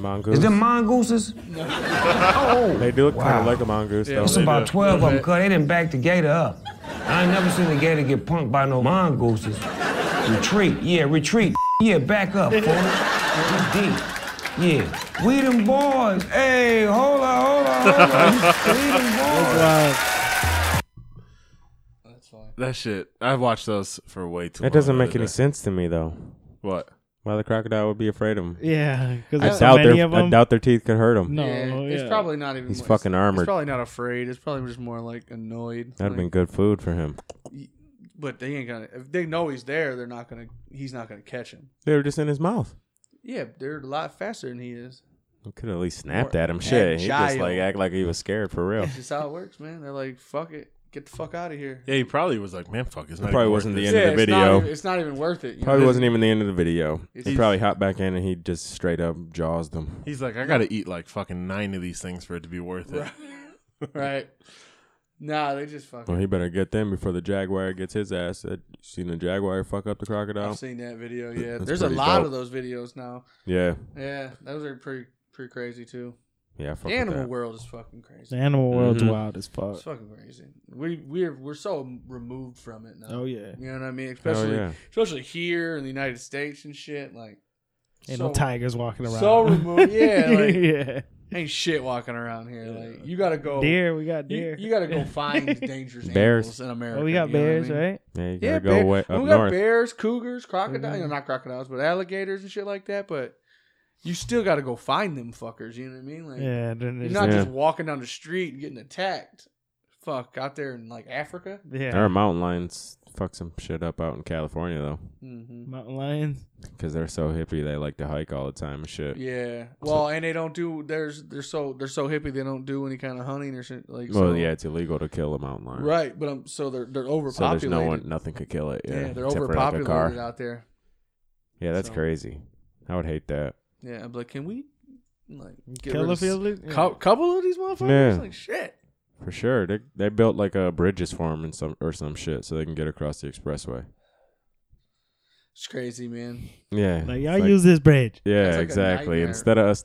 S3: Mongoose.
S10: Is them mongooses? oh,
S3: they do look kind
S10: Wow.
S3: of like a mongoose. though.
S10: it's about 12 of them, cuz they didn't back the gator up. I ain't never seen a gator get punked by no mongooses. Retreat, yeah, retreat. Yeah, back up, fool. Get deep. Yeah. We them boys. Hey, hold on, hold on, hold on. We them boys.
S5: That's fine.
S2: That shit. I've watched those for way too. long
S3: That doesn't
S2: the
S3: make
S2: other
S3: any
S2: day.
S3: sense to me though.
S2: What?
S3: Why the crocodile would be afraid of him?
S6: Yeah, because
S3: I
S6: there's so
S3: doubt
S6: many
S3: their
S6: of them.
S3: I doubt their teeth could hurt him.
S6: no,
S5: yeah,
S6: Oh, yeah.
S5: it's probably not even.
S3: He's
S5: it's-
S3: fucking
S5: It's
S3: armored.
S5: probably not afraid. It's probably just more like annoyed.
S3: That'd
S5: like,
S3: have been good food for him.
S5: But they ain't gonna. If they know he's there, they're not gonna. He's not gonna catch him.
S3: They were just in his mouth.
S5: Yeah, they're a lot faster than he is.
S3: Could at least snapped at him. Shit, he just
S5: agile.
S3: like act like he was scared for real.
S5: That's just how it works, man. They're like, fuck it, get the fuck out of here.
S2: Yeah, he probably was like, man, fuck. It's not
S3: probably
S2: even worth
S3: wasn't the
S2: this.
S3: end of the
S5: it's not
S3: video.
S5: even- It's not, even worth it. you
S3: Probably
S5: know?
S3: wasn't even the end of the video. He
S5: He's-
S3: probably hopped back in and he just straight up jaws them.
S2: He's like, I gotta eat like fucking nine of these things for it to be worth it.
S5: right. Nah, they just fucking.
S3: Well, he better get them before the jaguar gets his ass. Uh, you seen the jaguar fuck up the crocodile?
S5: I've seen that video. Yeah,
S3: That's
S5: there's a
S3: pretty
S5: lot
S3: dope.
S5: of those videos now.
S3: Yeah.
S5: Yeah, those are pretty pretty crazy too.
S3: Yeah, I fuck
S5: the
S3: with
S5: animal
S3: that.
S5: world is fucking crazy.
S6: The animal world's
S3: Mhm.
S6: wild as fuck.
S5: It's fucking crazy. We we're we're so removed from it now.
S6: Oh, yeah.
S5: you know what I mean. Especially
S3: yeah.
S5: especially here in the United States and shit. Like
S6: Ain't no tigers walking around.
S5: So removed. Yeah, like,
S6: Yeah.
S5: Ain't shit walking around here. Like you gotta go
S6: Deer, we got
S5: you-
S6: deer.
S5: You, gotta go find dangerous
S3: Bears.
S5: animals in America.
S6: Oh, we got
S5: you know what I
S6: bears,
S5: mean?
S6: right?
S3: Yeah, you gotta
S5: Yeah,
S3: go
S5: bear-
S3: way
S5: and
S3: up
S5: we got
S3: north. Mm-hmm.
S5: bears, cougars, crocodiles. You know, not crocodiles, but alligators and shit like that. But you still got to go find them fuckers. You know what I mean? Like,
S6: Yeah, then
S5: you're
S6: there's-
S5: not just
S3: Yeah.
S5: walking down the street and getting attacked. Fuck, out there in like Africa.
S3: There
S6: yeah.
S3: are mountain lions. Fuck some shit up out in California though, Mm-hmm.
S5: hmm
S6: Mountain lions.
S3: because they're so hippie. They like to hike all the time and shit.
S5: Yeah. Well, and they don't do. There's they're so they're so hippie. They don't do any kind of hunting or shit. Like,
S3: Well,
S5: so-
S3: yeah, it's illegal to kill a mountain lion.
S5: Right, but um, so they're they're
S3: So
S5: overpopulated.
S3: there's no one, nothing could kill it.
S5: yeah,
S3: Yeah,
S5: they're
S3: except for, like, a
S5: overpopulated
S3: car.
S5: out there.
S3: Yeah, that's
S5: So-
S3: crazy. I would hate that.
S5: Yeah, but like, can we like get rid
S6: Killer
S5: of s-
S6: field. Yeah.
S5: cou- couple of these motherfuckers?
S3: Yeah.
S5: Like shit.
S3: For sure, they they built like a bridges for 'em and some or some shit so they can get across the expressway.
S5: It's crazy, man.
S3: Yeah,
S6: Like,
S3: it's
S6: y'all use this bridge.
S3: Yeah,
S5: That's like a
S3: exactly.
S5: nightmare.
S3: Instead of us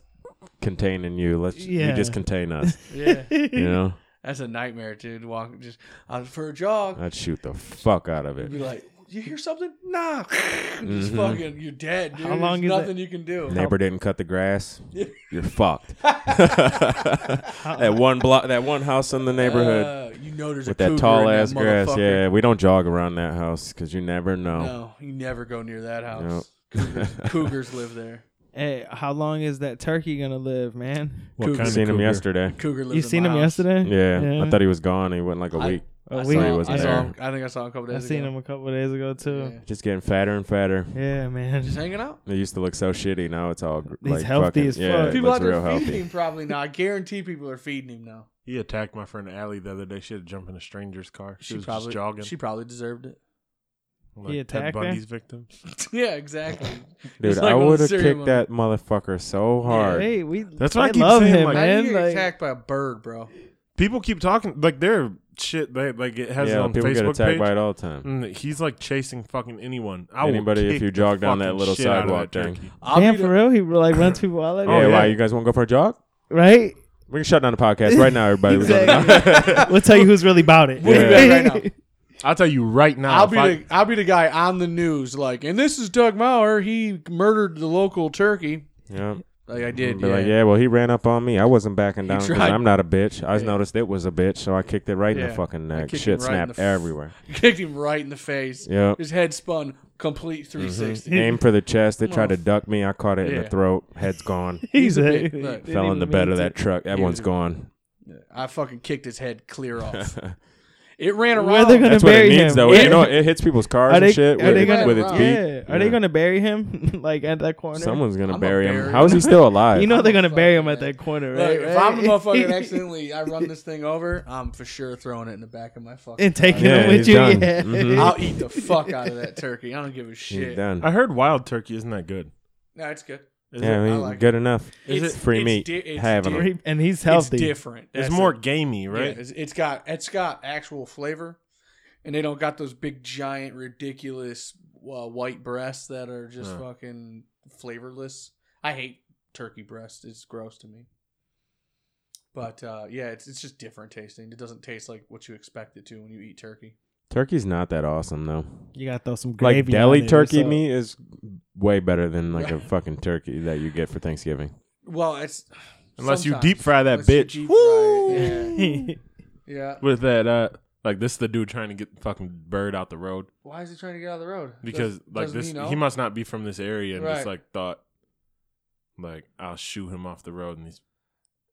S3: containing you, let's you
S6: Yeah.
S3: just contain us.
S5: Yeah,
S3: you know,
S5: that's a nightmare, dude. Walking just out for a jog,
S3: I'd shoot the fuck out of
S5: you'd be
S3: it.
S5: like, "You hear something? Nah." just
S3: Mhm.
S5: fucking, you're dead. Dude.
S6: How long
S5: There's
S6: is that-
S5: nothing you can do.
S3: Neighbor didn't cut the grass. You're fucked. that one block, that one house in the neighborhood
S5: Uh, you know there's
S3: with
S5: a
S3: that
S5: cougar
S3: tall
S5: in
S3: ass grass.
S5: motherfucker.
S3: Yeah, we don't jog around that house because you never know.
S5: No, you never go near that house. Cougars, cougars live there.
S6: Hey, how long is that turkey gonna live, man?
S2: What kind of
S3: Seen him
S2: cougar?
S3: yesterday.
S5: Cougar lives.
S6: You
S5: in
S6: seen
S5: my
S6: him
S5: house.
S6: yesterday?
S3: Yeah, I
S6: Yeah.
S3: thought he was gone. He went like a
S5: I-
S3: week.
S6: A
S5: I
S6: week.
S5: saw,
S3: he wasn't
S5: I, saw
S3: there.
S5: him- I think I saw him a couple
S6: I
S5: days
S6: seen
S5: ago.
S6: him a couple of days ago too.
S5: Yeah.
S3: Just getting fatter and fatter.
S6: Yeah, man.
S5: Just hanging out.
S3: They used to look so shitty. Now it's all gr-
S6: He's
S3: like
S6: healthy
S3: fucking-
S6: as fuck.
S3: Yeah, it
S5: People out
S3: looks
S5: there
S3: real
S5: feeding
S3: healthy.
S5: him probably now. I guarantee people are feeding him now.
S2: He attacked my friend Allie the other day. She had to jump in a stranger's car. She,
S5: She
S2: was
S5: probably
S2: just jogging.
S5: she probably deserved it.
S2: like
S6: He
S2: Ted
S6: attacked her?
S2: Bundy's victim.
S5: yeah, exactly.
S3: Dude,
S5: It's like
S3: I
S5: on the
S3: would have
S5: serial
S3: kicked
S5: one.
S3: that motherfucker so hard.
S6: Hey, we.
S2: That's what I
S6: they
S2: keep
S6: love
S2: saying,
S6: him,
S2: like-
S5: How do
S6: man.
S5: you get
S6: Like,
S5: attacked by a bird, bro?
S2: People keep talking like their shit. They like it has it
S3: yeah,
S2: on
S3: people
S2: Facebook
S3: get attacked
S2: page.
S3: by it all the time.
S2: Mm, He's like chasing fucking anyone. I will
S3: Anybody, if
S2: kick
S3: you jog
S2: the
S3: down that
S2: fucking
S3: little
S2: shit out of
S3: sidewalk
S2: that
S3: thing.
S2: turkey.
S5: I'll
S6: damn,
S5: be
S6: for
S5: the-
S6: real, he like runs people out like
S3: Oh, Yeah,
S6: that,
S3: why you guys want to go for a jog?
S6: right?
S3: We can shut down the podcast right now, everybody. We're going
S6: Exactly. we'll tell you who's really about it.
S5: We'll be back right now.
S2: I'll tell you right now.
S5: I'll
S2: if
S5: be
S2: I-
S5: the I'll be the guy on the news like, and this is Doug Maurer. He murdered the local turkey.
S3: yeah.
S5: Like I did.
S3: Be
S5: Yeah.
S3: like, yeah, well, he ran up on me. I wasn't backing down because
S5: tried-
S3: I'm not a bitch. I
S5: Yeah.
S3: noticed it was a bitch, so I kicked it right in
S5: Yeah.
S3: the fucking
S5: I
S3: neck.
S5: kicked
S3: Shit
S5: him right in
S3: snapped
S5: the f-
S3: everywhere.
S5: Kicked him right in the face.
S3: Yep.
S5: His head spun complete
S6: Mm-hmm.
S5: 360.
S3: Aim for the chest. They tried to duck me. I caught it in
S5: Yeah.
S3: the throat. Head's gone.
S6: He's a
S5: a big- look,
S3: Fell in the bed of that truck. That
S5: He
S3: one's
S5: was-
S3: gone.
S5: I fucking kicked his head clear off. it ran around.
S6: Where they gonna
S3: That's what it
S6: bury
S3: needs,
S6: him.
S3: though.
S6: Yeah.
S3: You know, it hits people's cars
S6: Are they,
S3: and shit
S6: are
S3: with,
S6: they
S3: it-
S6: gonna,
S5: with
S3: its
S6: yeah.
S3: beak.
S6: Are they gonna bury him like at that corner?
S3: Someone's gonna
S5: I'ma
S3: bury him.
S5: bury
S3: How is he
S6: him.
S3: still alive?
S6: you know they're gonna
S5: Motherfucker,
S6: bury him at
S5: man.
S6: that corner,
S5: Look,
S6: right?
S5: if I'm a
S6: Right?
S5: motherfucker, accidentally I run this thing over, I'm for sure throwing it in the back of my fucking.
S6: and taking
S3: Yeah,
S6: him with
S3: he's
S6: you,
S3: done.
S6: yeah.
S3: Mhm.
S5: I'll eat the fuck out of that turkey. I don't give a
S3: He's
S5: shit.
S3: done.
S2: I heard wild turkey isn't that good.
S5: No, it's good.
S2: Is it?
S3: yeah, I
S5: I
S3: mean,
S5: like
S3: good enough.
S5: Is
S2: It's-
S5: it-
S3: Free
S5: it's
S3: meat.
S5: di- it's
S3: Having
S5: di-
S3: them.
S6: and he's
S5: It's
S6: healthy.
S5: different.
S2: It's
S5: That's
S2: more
S5: it.
S2: gamey,
S5: Yeah,
S2: right?
S5: it's- it's got it's got actual flavor, and they don't got those big giant ridiculous uh, white breasts that are just
S2: Huh.
S5: fucking flavorless. I hate turkey breast. It's gross to me. But uh, yeah, it's it's just different tasting. It doesn't taste like what you expect it to when you eat turkey.
S3: Turkey's not that awesome though.
S6: You gotta throw some
S3: Like
S6: gravy. on
S3: deli
S6: it or
S3: turkey
S6: something.
S3: meat is way better than like a fucking turkey that you get for Thanksgiving.
S5: Well, it's
S2: Unless you
S5: sometimes-
S2: deep fry that
S5: unless you
S2: bitch.
S5: deep fry it, Yeah. yeah.
S2: With that, uh, like this, is the dude trying to get the fucking bird out the road
S5: Why is he trying to get out of the road?
S2: because
S5: Does-
S2: like
S5: doesn't
S2: this,
S5: he,
S2: he,
S5: know?
S2: must not be from this area, and just
S5: Right.
S2: like thought, like I'll shoot him off the road, and these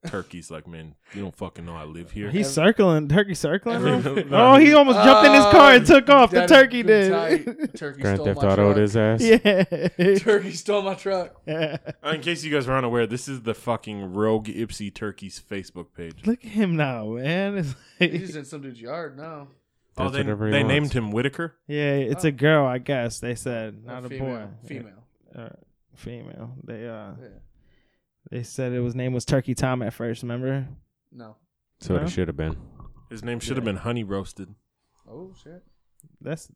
S2: turkeys like, man, you don't fucking know I live here.
S6: He's circling, turkey circling.
S2: Every-
S6: him? oh, he almost jumped in his car and took off. The
S5: That is
S6: turkey
S5: Oh, too
S6: did.
S5: tight. Turkey
S3: Grand
S5: stole
S3: Theft
S5: my
S3: Auto it
S5: truck.
S3: is ass.
S6: yeah.
S5: Turkey stole my truck.
S2: Uh, in case you guys were unaware, this is the fucking Rogue Ipsy Turkey's Facebook page.
S6: Look at him now, man. It's
S5: He's
S6: like,
S5: in some dude's yard
S2: Oh,
S5: now.
S3: That's
S2: they,
S3: whatever he
S2: they
S3: wants.
S2: named him Whitaker.
S6: yeah, it's a girl, I guess. They said not a boy.
S5: Oh. female. Female.
S6: Uh, female. They uh,
S5: Yeah.
S6: they said it was name was Turkey Tom at first. Remember?
S5: No.
S3: That's what
S6: Huh?
S3: it should have been.
S2: His name should have been Honey Roasted.
S5: Oh shit.
S6: That's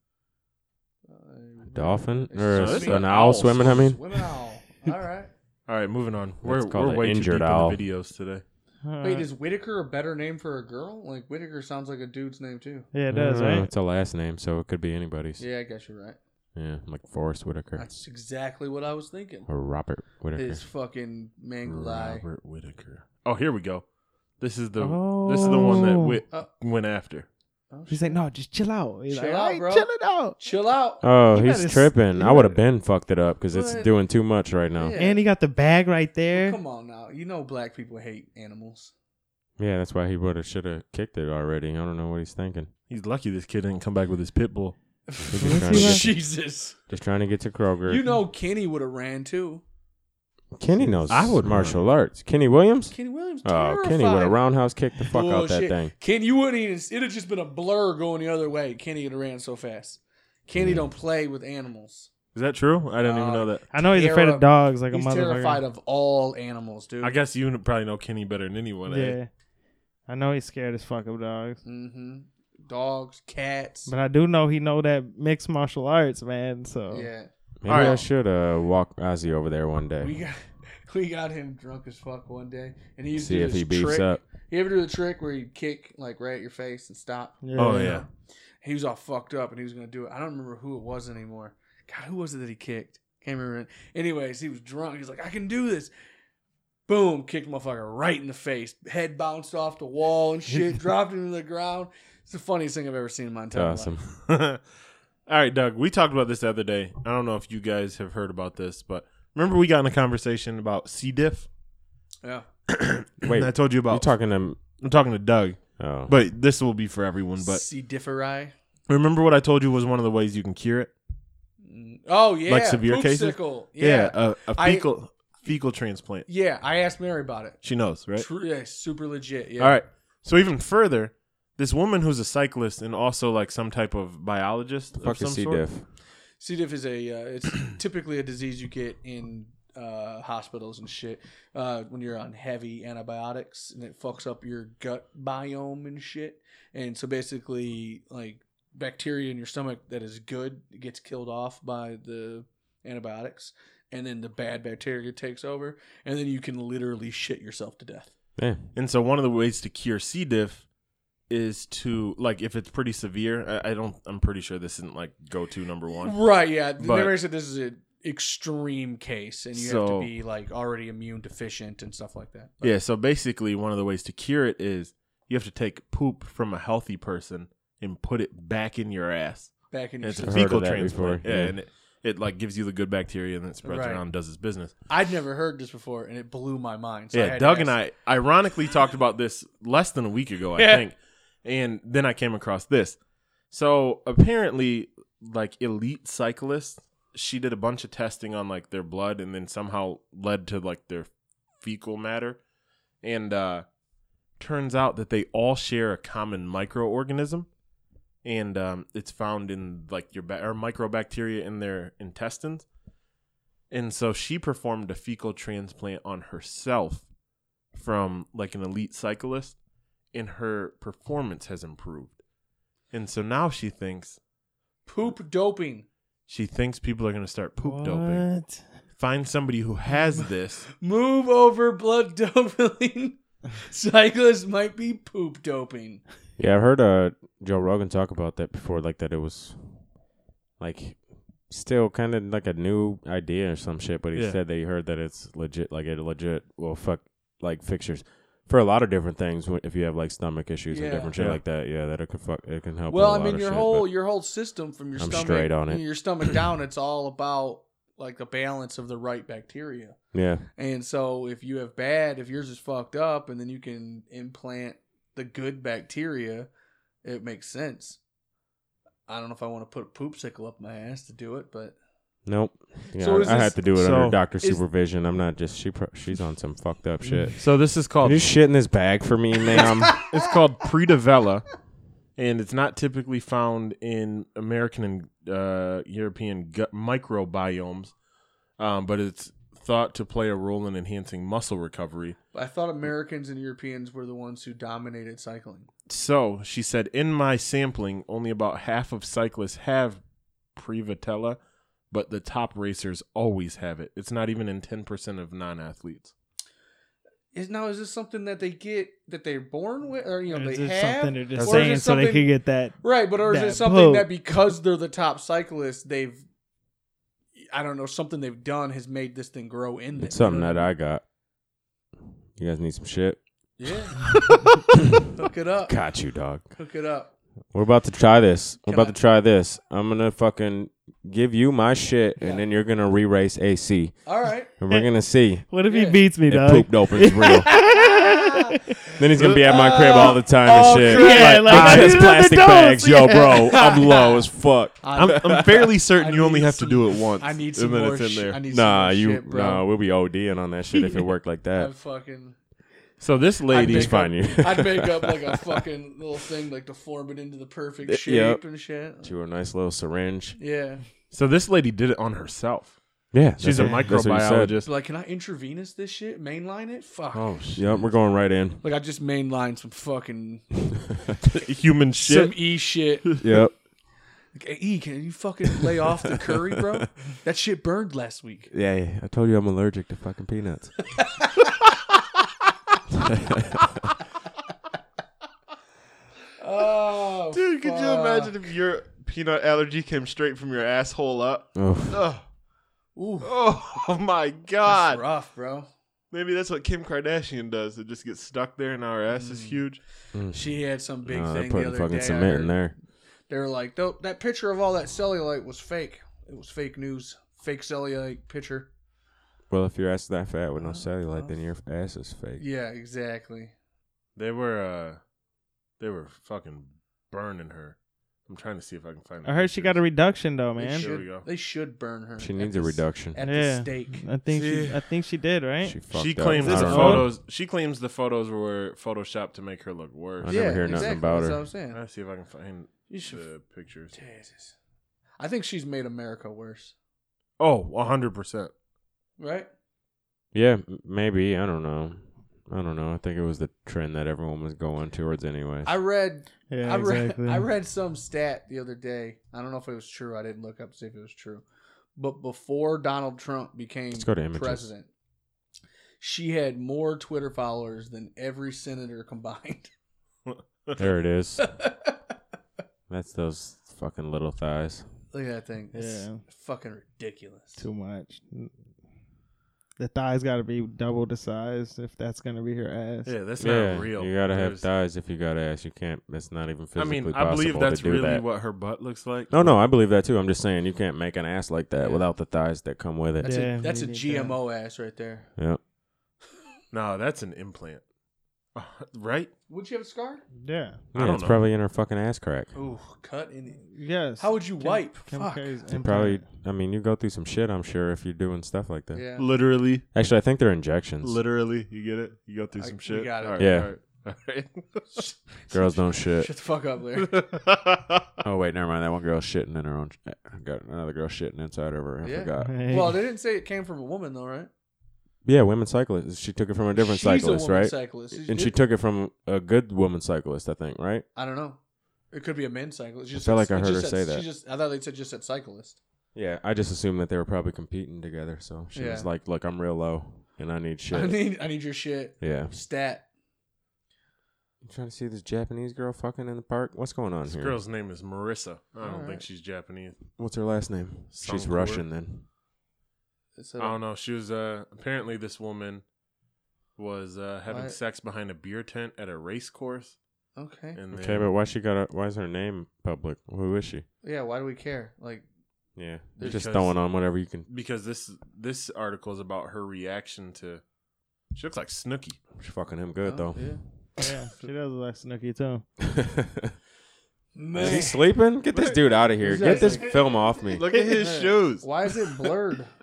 S3: Dolphin
S2: It's
S3: or a-
S2: swimming.
S3: an owl
S2: Owl.
S3: swimming? I mean,
S5: Swimming owl. All right.
S2: All right, moving on.
S3: That's
S2: We're,
S3: called
S2: we're
S3: an
S2: way
S3: injured
S2: too deep
S3: owl.
S2: in the videos today.
S6: Uh,
S5: Wait, is Whitaker a better name for a girl? Like Whitaker sounds like a dude's name too.
S6: Yeah, it
S3: I don't
S6: does,
S3: know,
S6: right?
S3: Uh, It's a last name, so it could be anybody's. Yeah,
S5: Yeah, I guess you're right.
S3: like Forrest Whitaker
S5: That's exactly what I was thinking.
S3: or Robert Whitaker.
S5: His fucking mangled eye.
S2: Robert Whitaker. Oh, here we go. This is the this is the one that
S6: Oh.
S2: went,
S5: Uh,
S2: went after.
S6: He's like, no, just chill out. He's
S5: Chill
S6: like,
S5: out,
S6: "Alright,
S5: bro."
S6: chill it out.
S5: Oh, Chill out.
S3: Oh,
S6: You
S3: he's
S6: better s-
S3: tripping.
S6: you
S3: I would have
S6: better-
S3: been fucked it up because it's
S5: What?
S3: doing too much right now.
S5: Yeah.
S3: Yeah.
S6: And he got the bag right there.
S5: Come on now. You know black people hate animals.
S3: that's why he would have should have kicked it already. I don't know what he's thinking.
S2: He's lucky this kid didn't come back with his pit bull.
S3: He's just, trying to get,
S5: Jesus.
S3: just trying to get to Kroger.
S5: You know Kenny would have ran too.
S3: Kenny knows. I would martial arts. Kenny Williams.
S5: Kenny Williams.
S3: Oh, Kenny would have
S5: terrified.
S3: roundhouse kicked the fuck out that
S5: Bullshit.
S3: thing.
S5: Kenny, you wouldn't even. It'd have just been a blur going the other way. Kenny would have ran so fast. Kenny don't play with animals.
S2: Is that true? I didn't even
S5: Uh,
S2: know that.
S6: I know he's afraid
S5: Terri-
S6: of dogs like a
S5: He's terrified
S6: motherfucker.
S5: of all animals, dude.
S2: I guess you probably know Kenny better than anyone. eh?
S6: yeah. I know he's scared as fuck of dogs.
S5: Mm-hmm. Dogs, cats.
S6: But uh, I do know he know that mixed martial arts, man. So
S5: Yeah,
S3: Maybe
S2: All right.
S3: I should uh, walk Ozzy over there one day.
S5: we got we got him drunk as fuck one day, and he used
S3: See
S5: to do
S3: if
S5: this
S3: he beefs
S5: trick.
S3: up.
S5: You ever do the trick where you kick like right at your face and stop?
S2: Oh yeah.
S5: He was all fucked up, and he was gonna do it. I don't remember who it was anymore. God, who was it that he kicked? Can't remember. it. Anyways, he was drunk. He's like, I can do this. Boom! Kicked motherfucker right in the face. Head bounced off the wall and shit. dropped him to the ground. It's the funniest thing I've ever seen in my
S3: It's
S5: entire life.
S3: awesome.
S2: All right, Doug. We talked about this the other day. I don't know if you guys have heard about this, but remember we got in a conversation about C diff.
S5: Yeah.
S3: Wait,
S2: I told you
S3: you
S2: about.
S3: talking to? m-
S2: I'm talking to Doug,
S3: Oh,
S2: but this will be for everyone. But
S5: C. differi.
S2: remember what I told you was one of the ways you can cure it.
S5: Oh yeah,
S2: Like severe cases?
S5: Poopsicle.
S2: Yeah,
S5: Yeah, yeah.
S2: a, a
S5: I-
S2: fecal fecal transplant.
S5: I asked Mary about it.
S2: She knows, right?
S5: True, yeah, super legit. Yeah.
S2: All right. So even further, this woman who's a cyclist and also like some type of biologist of
S3: fuck
S2: some
S3: is C
S2: sort.
S3: diff.
S5: C. diff is a uh, it's typically a disease you get in uh, hospitals and shit uh, when you're on heavy antibiotics and it fucks up your gut biome and shit. And so basically, like bacteria in your stomach that is good gets killed off by the antibiotics, and then the bad bacteria takes over, and then you can literally shit yourself to death.
S3: Yeah.
S2: And so one of the ways to cure C. diff is to like if it's pretty severe. I, I don't. I'm pretty sure this isn't like go to number one.
S5: Right, yeah.
S2: But-
S5: they already said this is an extreme case and you have
S2: So-
S5: to be like already immune deficient and stuff like that.
S2: Yeah. So basically, one of the ways to cure it is you have to take poop from a healthy person and put it back in your ass.
S5: Back in
S2: And
S5: your
S2: it's a
S3: I've
S5: system.
S3: heard of
S2: fecal
S3: that
S2: transplant.
S3: before,
S2: Yeah,
S3: yeah.
S2: and it, it like gives you the good bacteria and then it spreads
S5: Right.
S2: around and does its business.
S5: I'd never heard this before and it blew my mind. So I
S2: yeah,
S5: had
S2: Doug
S5: to
S2: and
S5: ask-
S2: I ironically talked about this less than a week ago, I
S5: Yeah.
S2: think. And then I came across this. So apparently, like elite cyclists, she did a bunch of testing on like their blood and then somehow led to like their fecal matter. And uh turns out that they all share a common microorganism. And um, it's found in like your ba- or microbacteria in their intestines. And so she performed a fecal transplant on herself from like an elite cyclist, and her performance has improved. And so now she thinks
S5: poop doping.
S2: she thinks people are going to start poop
S6: What?
S2: doping. Find somebody who has this.
S5: Move over blood doping. Cyclists might be poop doping.
S3: Yeah, I've heard uh, Joe Rogan talk about that before, like that it was like still kind of like a new idea or some shit, but he
S2: Yeah.
S3: said that he heard that it's legit, like it legit will fuck like fixtures for a lot of different things. wh- If you have like stomach issues
S5: Yeah.
S3: and different shit
S2: Yeah.
S3: like that, yeah, that it can fuck, it can help. with
S5: well,
S3: a
S5: I
S3: lot
S5: mean
S3: of
S5: your
S3: shit,
S5: whole
S3: but-
S5: your whole system from your
S3: I'm
S5: stomach
S3: straight on it.
S5: your stomach down, it's all about like the balance of the right bacteria.
S3: yeah,
S5: And so if you have bad, if yours is fucked up, and then you can implant the good bacteria, it makes sense. I don't know if I want to put a poopsicle up my ass to do it, but
S3: nope. Yeah,
S5: So
S3: I,
S5: is
S3: I
S5: this-
S3: had to do it
S2: so
S3: under doctor
S5: is- Mm.
S3: supervision. I'm not just she. Pro- she's on some fucked up shit.
S2: So this is
S3: Can
S2: called
S3: you shit in this bag for me, ma'am?
S2: it's called predivella, and it's not typically found in American and uh, European gut microbiomes, um, but it's thought to play a role in enhancing muscle recovery.
S5: I thought Americans and Europeans were the ones who dominated cycling.
S2: So she said, in my sampling, only about half of cyclists have Prevotella, but the top racers always have it. It's not even in 10% of non athletes.
S5: Is now is this something that they get that they're born with, or you know
S6: Or is
S5: they
S6: it
S5: have,
S6: something they're just
S5: Or is
S6: saying
S5: it
S6: so they
S5: something-
S6: could get that-
S5: right? But or is
S6: that
S5: it something
S6: vote?
S5: that because they're the top cyclists, they've I don't know something they've done has made this thing grow in them.
S3: It's something that I got. You guys need some shit?
S5: Yeah. Hook it up.
S3: Got you, dog.
S5: Hook it up.
S3: We're about to try this. We're
S5: Can
S3: about to try this. I'm gonna fucking give you my shit, and then you're gonna re-race AC.
S5: All right.
S3: And
S2: Eh.
S3: we're gonna see.
S6: What if he beats me,
S3: It
S6: dog?
S3: pooped open. It's real. then he's gonna be at my crib all the time
S2: Oh,
S3: and shit.
S2: crap. Yeah, like,
S3: ah,
S2: I
S3: it's
S2: do it with
S3: plastic
S2: the dolls.
S3: bags, yo,
S2: Yeah.
S3: bro. I'm low as fuck.
S2: I'm, I'm fairly certain you only have to do it once.
S5: I need
S2: and
S5: some
S2: then
S5: more
S2: it's in
S5: sh-
S2: there.
S5: I need some
S3: Nah,
S5: more
S3: you.
S5: shit, bro.
S3: Nah, we'll be ODing on that shit if it worked like that.
S5: I'm fucking.
S2: So this
S5: I'd
S2: lady,
S5: make up- I'd make up like a fucking little thing, like to form it into the perfect shape
S3: Yep.
S5: and shit.
S3: To a nice little syringe.
S5: Yeah.
S2: So this lady did it on herself.
S3: Yeah,
S2: she's
S3: that's
S2: a
S3: what- that's what you said.
S2: microbiologist.
S5: So like, can I intravenous this shit? Mainline it? Fuck.
S3: Oh shit. Yep, we're going right in.
S5: Like I just mainlined some fucking
S2: Human
S5: some
S2: shit.
S5: e shit.
S3: Yep.
S5: Like, "Hey, E, can you fucking lay off the curry, bro? That shit burned last week.
S3: Yeah, yeah, I told you I'm allergic to fucking peanuts.
S5: Oh,
S2: Dude, could you
S5: fuck.
S2: imagine if your peanut allergy came straight from your asshole up?
S3: Oof.
S2: Ugh.
S5: Ooh,
S2: Oh my
S5: that's
S2: god.
S5: rough, bro.
S2: Maybe that's what Kim Kardashian does. It just gets stuck there, and our ass is huge.
S5: She had some big
S3: Nah, they're
S5: thing the
S3: Uh, putting
S5: other
S3: fucking
S5: day. I
S3: cement in
S5: heard.
S3: there.
S5: They were like, "Though that picture of all that cellulite was fake. It was fake news. Fake cellulite picture."
S3: Well, if your ass is that fat with no cellulite, then your ass is fake.
S5: Yeah, exactly.
S2: They were, uh, they were fucking burning her. I'm trying to see if I can find.
S6: I heard she got a reduction though, man.
S5: They
S2: There we
S5: should,
S2: go.
S5: they should burn her.
S3: She
S5: at
S3: needs a
S5: the s-
S3: reduction.
S5: at
S6: Yeah.
S5: the stake.
S6: I think she, I think she did, right?
S3: She, fucked
S2: she
S3: up.
S2: claims
S3: I
S2: the
S3: don't know.
S2: photos. She claims the photos were photoshopped to make her look worse.
S3: I never hear nothing about
S5: that's
S3: her.
S5: What I'm saying.
S2: Let's see if I can find
S5: You should-
S2: the pictures.
S5: Jesus, I think she's made America worse,
S2: Oh, 100 percent.
S5: right?
S3: Yeah, m- maybe. I don't know. I don't know. I think it was the trend that everyone was going towards, anyways.
S5: I read,
S6: Yeah,
S5: I read,
S6: exactly.
S5: I read some stat the other day. I don't know if it was true. I didn't look up to see if it was true. But before Donald Trump became
S3: Let's go to images.
S5: president, she had more Twitter followers than every senator combined.
S3: there it is.
S5: Look
S3: That's those fucking little thighs.
S5: at that thing. It's
S6: Yeah.
S5: fucking ridiculous.
S6: Too much. The thighs got to be double the size if that's gonna be her ass.
S2: Yeah, that's
S3: yeah,
S2: not real.
S3: you gotta
S2: There's-
S3: have thighs if you got ass. You can't. That's not even
S2: I
S3: physically
S2: mean,
S3: possible
S2: I believe
S3: to
S2: that's
S3: do
S2: really
S3: that.
S2: what her butt looks like.
S3: No, no, I believe that too. I'm just saying you can't make an ass like that
S5: Yeah.
S3: without the thighs that come with it.
S5: That's,
S6: Yeah,
S5: a, that's
S6: you
S5: a
S6: need that.
S5: GMO ass right there.
S3: Yeah.
S2: No, that's an implant. right?
S5: Would you have a scar?
S6: Yeah.
S2: I
S3: Yeah,
S2: don't
S3: it's
S2: know.
S3: probably in her fucking ass crack.
S5: Ooh, cut in it.
S6: Yes.
S5: How would you wipe?
S6: Kim
S5: Fuck.
S6: K's
S3: You
S6: implant.
S3: probably, I mean, you go through some shit, I'm sure, if you're doing stuff like that.
S5: Yeah.
S2: Literally,
S3: Actually, I think they're injections.
S2: literally, you get it. You go through
S5: I-
S2: some
S5: we
S2: shit.
S5: got it.
S2: All right,
S3: Yeah.
S2: all right,
S3: Girls don't shit.
S5: Shut the fuck up, Larry.
S2: all right.
S3: Oh, wait, never mind. That one girl's shitting in her own. eh, Got another girl shitting inside of her. I
S5: Yeah. Mm-hmm.
S3: forgot.
S6: Hey.
S5: well, they didn't say it came from a woman though, right?
S3: Yeah, women cyclists. She took it from a different
S5: She's
S3: cyclist,
S5: a woman
S3: right?
S5: Cyclist.
S3: And she took it from a good woman cyclist, I think, right?
S5: I don't know. It could be a men's cyclist.
S3: I
S5: She just
S3: felt
S5: said-
S3: like I
S5: it
S3: heard
S5: just
S3: her
S5: said-
S3: say that.
S5: She just, I thought they said just said cyclist.
S3: Yeah, I just assumed that they were probably competing together. So she was
S5: Yeah.
S3: like, look, I'm real low and I need shit.
S5: I need, I need your shit.
S3: yeah.
S5: Stat.
S3: You trying to see this Japanese girl fucking in the park? What's going on
S2: This
S3: here?
S2: girl's name is Marissa. I don't
S5: All right.
S2: think she's Japanese.
S3: What's her last name? She's
S2: Songcore.
S3: Russian then.
S5: It's
S2: I
S5: a-
S2: don't know. She was uh, apparently this woman was uh, having
S5: What?
S2: sex behind a beer tent at a race course,
S5: okay.
S2: and
S3: Okay,
S2: then-
S3: but why she got? A, why is her name public? Who is she?
S5: Yeah. Why do we care? Like,
S3: Yeah, you're
S2: Because-
S3: just throwing on whatever you can.
S2: because this this article is about her reaction to. She looks like Snooki.
S3: She's fucking him good though.
S5: oh, Yeah.
S6: Yeah, she does look like Snooki too.
S3: is he
S5: Man.
S3: sleeping? Get this dude out of here. Get this film off me.
S2: Look at his shoes.
S5: Why is it blurred?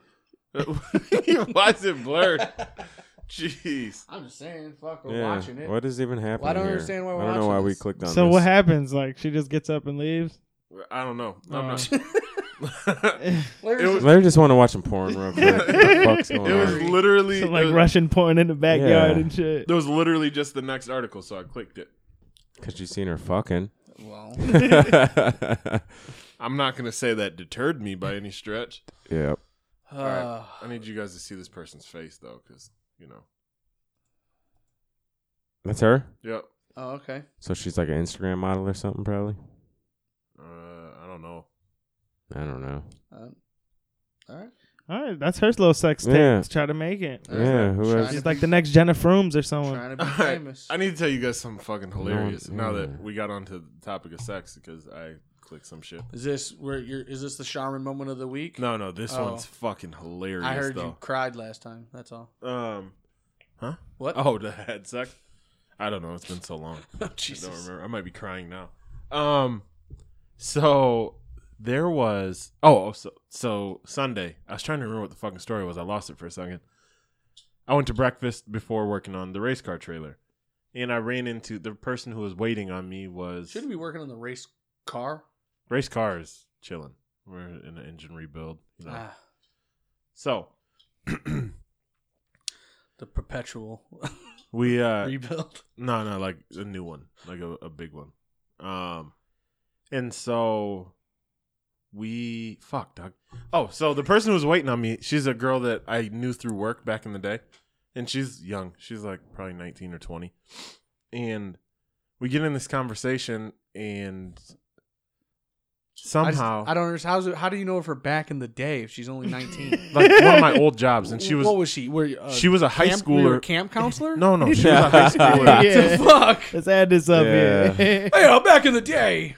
S2: Why is it blurred? Jeez.
S5: I'm just saying. Fuck. We're
S3: Yeah,
S5: watching it.
S3: what is even happening?
S5: don't
S3: here?
S5: understand why we're
S3: I don't know why
S5: watching
S3: we
S5: this.
S3: clicked on.
S6: So
S3: this.
S6: what happens? Like she just gets up and leaves.
S2: I don't know. I'm not.
S5: Larry's
S2: It
S5: just-
S2: was-
S3: Larry just want to watch some porn real quick. what the fuck's going
S2: It was
S3: on?
S2: literally
S6: Some
S5: uh,
S2: it
S6: like
S2: was-
S6: Russian porn in the backyard
S3: Yeah.
S6: and shit.
S2: It was literally just the next article, so I clicked it.
S3: Because you seen her fucking.
S5: Well.
S2: I'm not gonna say that deterred me by any stretch.
S3: Yep.
S5: uh,
S2: All right. I need you guys to see this person's face though, because you know.
S3: That's her?
S2: Yep.
S5: Oh, okay.
S3: So she's like an Instagram model or something, probably?
S2: Uh, I don't know.
S3: I don't know.
S5: Um, all right.
S6: All right, that's her little sex tape
S3: Yeah.
S6: to try to make it.
S5: All right.
S3: Yeah, who
S5: Trying
S3: has-
S5: to
S6: She's
S5: be-
S6: like the next Jenna Frooms or someone.
S5: Trying to be
S2: All right.
S5: famous.
S2: I need to tell you guys something fucking hilarious. now
S3: No, yeah.
S2: that we got onto the topic of sex, because I clicked some shit.
S5: Is this where you're? Is this the Shaman moment of the week?
S2: No, no, this
S5: Oh.
S2: one's fucking hilarious.
S5: I heard you
S2: though.
S5: cried last time. That's all.
S2: Um, huh?
S5: What?
S2: Oh, the head suck. I don't know. It's been so long. I don't
S5: Jesus.
S2: remember. I might be crying now. Um, so there was oh, oh, so so Sunday. I was trying to remember what the fucking story was. I lost it for a second. I went to breakfast before working on the race car trailer, and I ran into the person who was waiting on me was
S5: Shouldn't be working on the race car.
S2: race cars chilling. We're in an engine rebuild. You know.
S5: Ah,
S2: So
S5: the perpetual
S2: we uh,
S5: rebuild.
S2: No, no, like a new one, like a, a big one. Um, and so we fuck, dog. Oh, so the person who was waiting on me, she's a girl that I knew through work back in the day, and she's young. She's like probably nineteen or twenty, and we get in this conversation, and
S5: I just-
S2: somehow,
S5: I, don't understand. How's it, how do you know if her back in the day if she's only 19?
S2: like one of my old jobs, and she was,
S5: What was she? Were you, uh,
S2: she was a high
S5: camp, were you a
S2: schooler.
S5: camp counselor?
S2: No, no, she was a high schooler.
S6: Yeah.
S5: Fuck.
S6: Let's add this up
S3: Yeah.
S6: here.
S5: Yeah, uh, back in the day.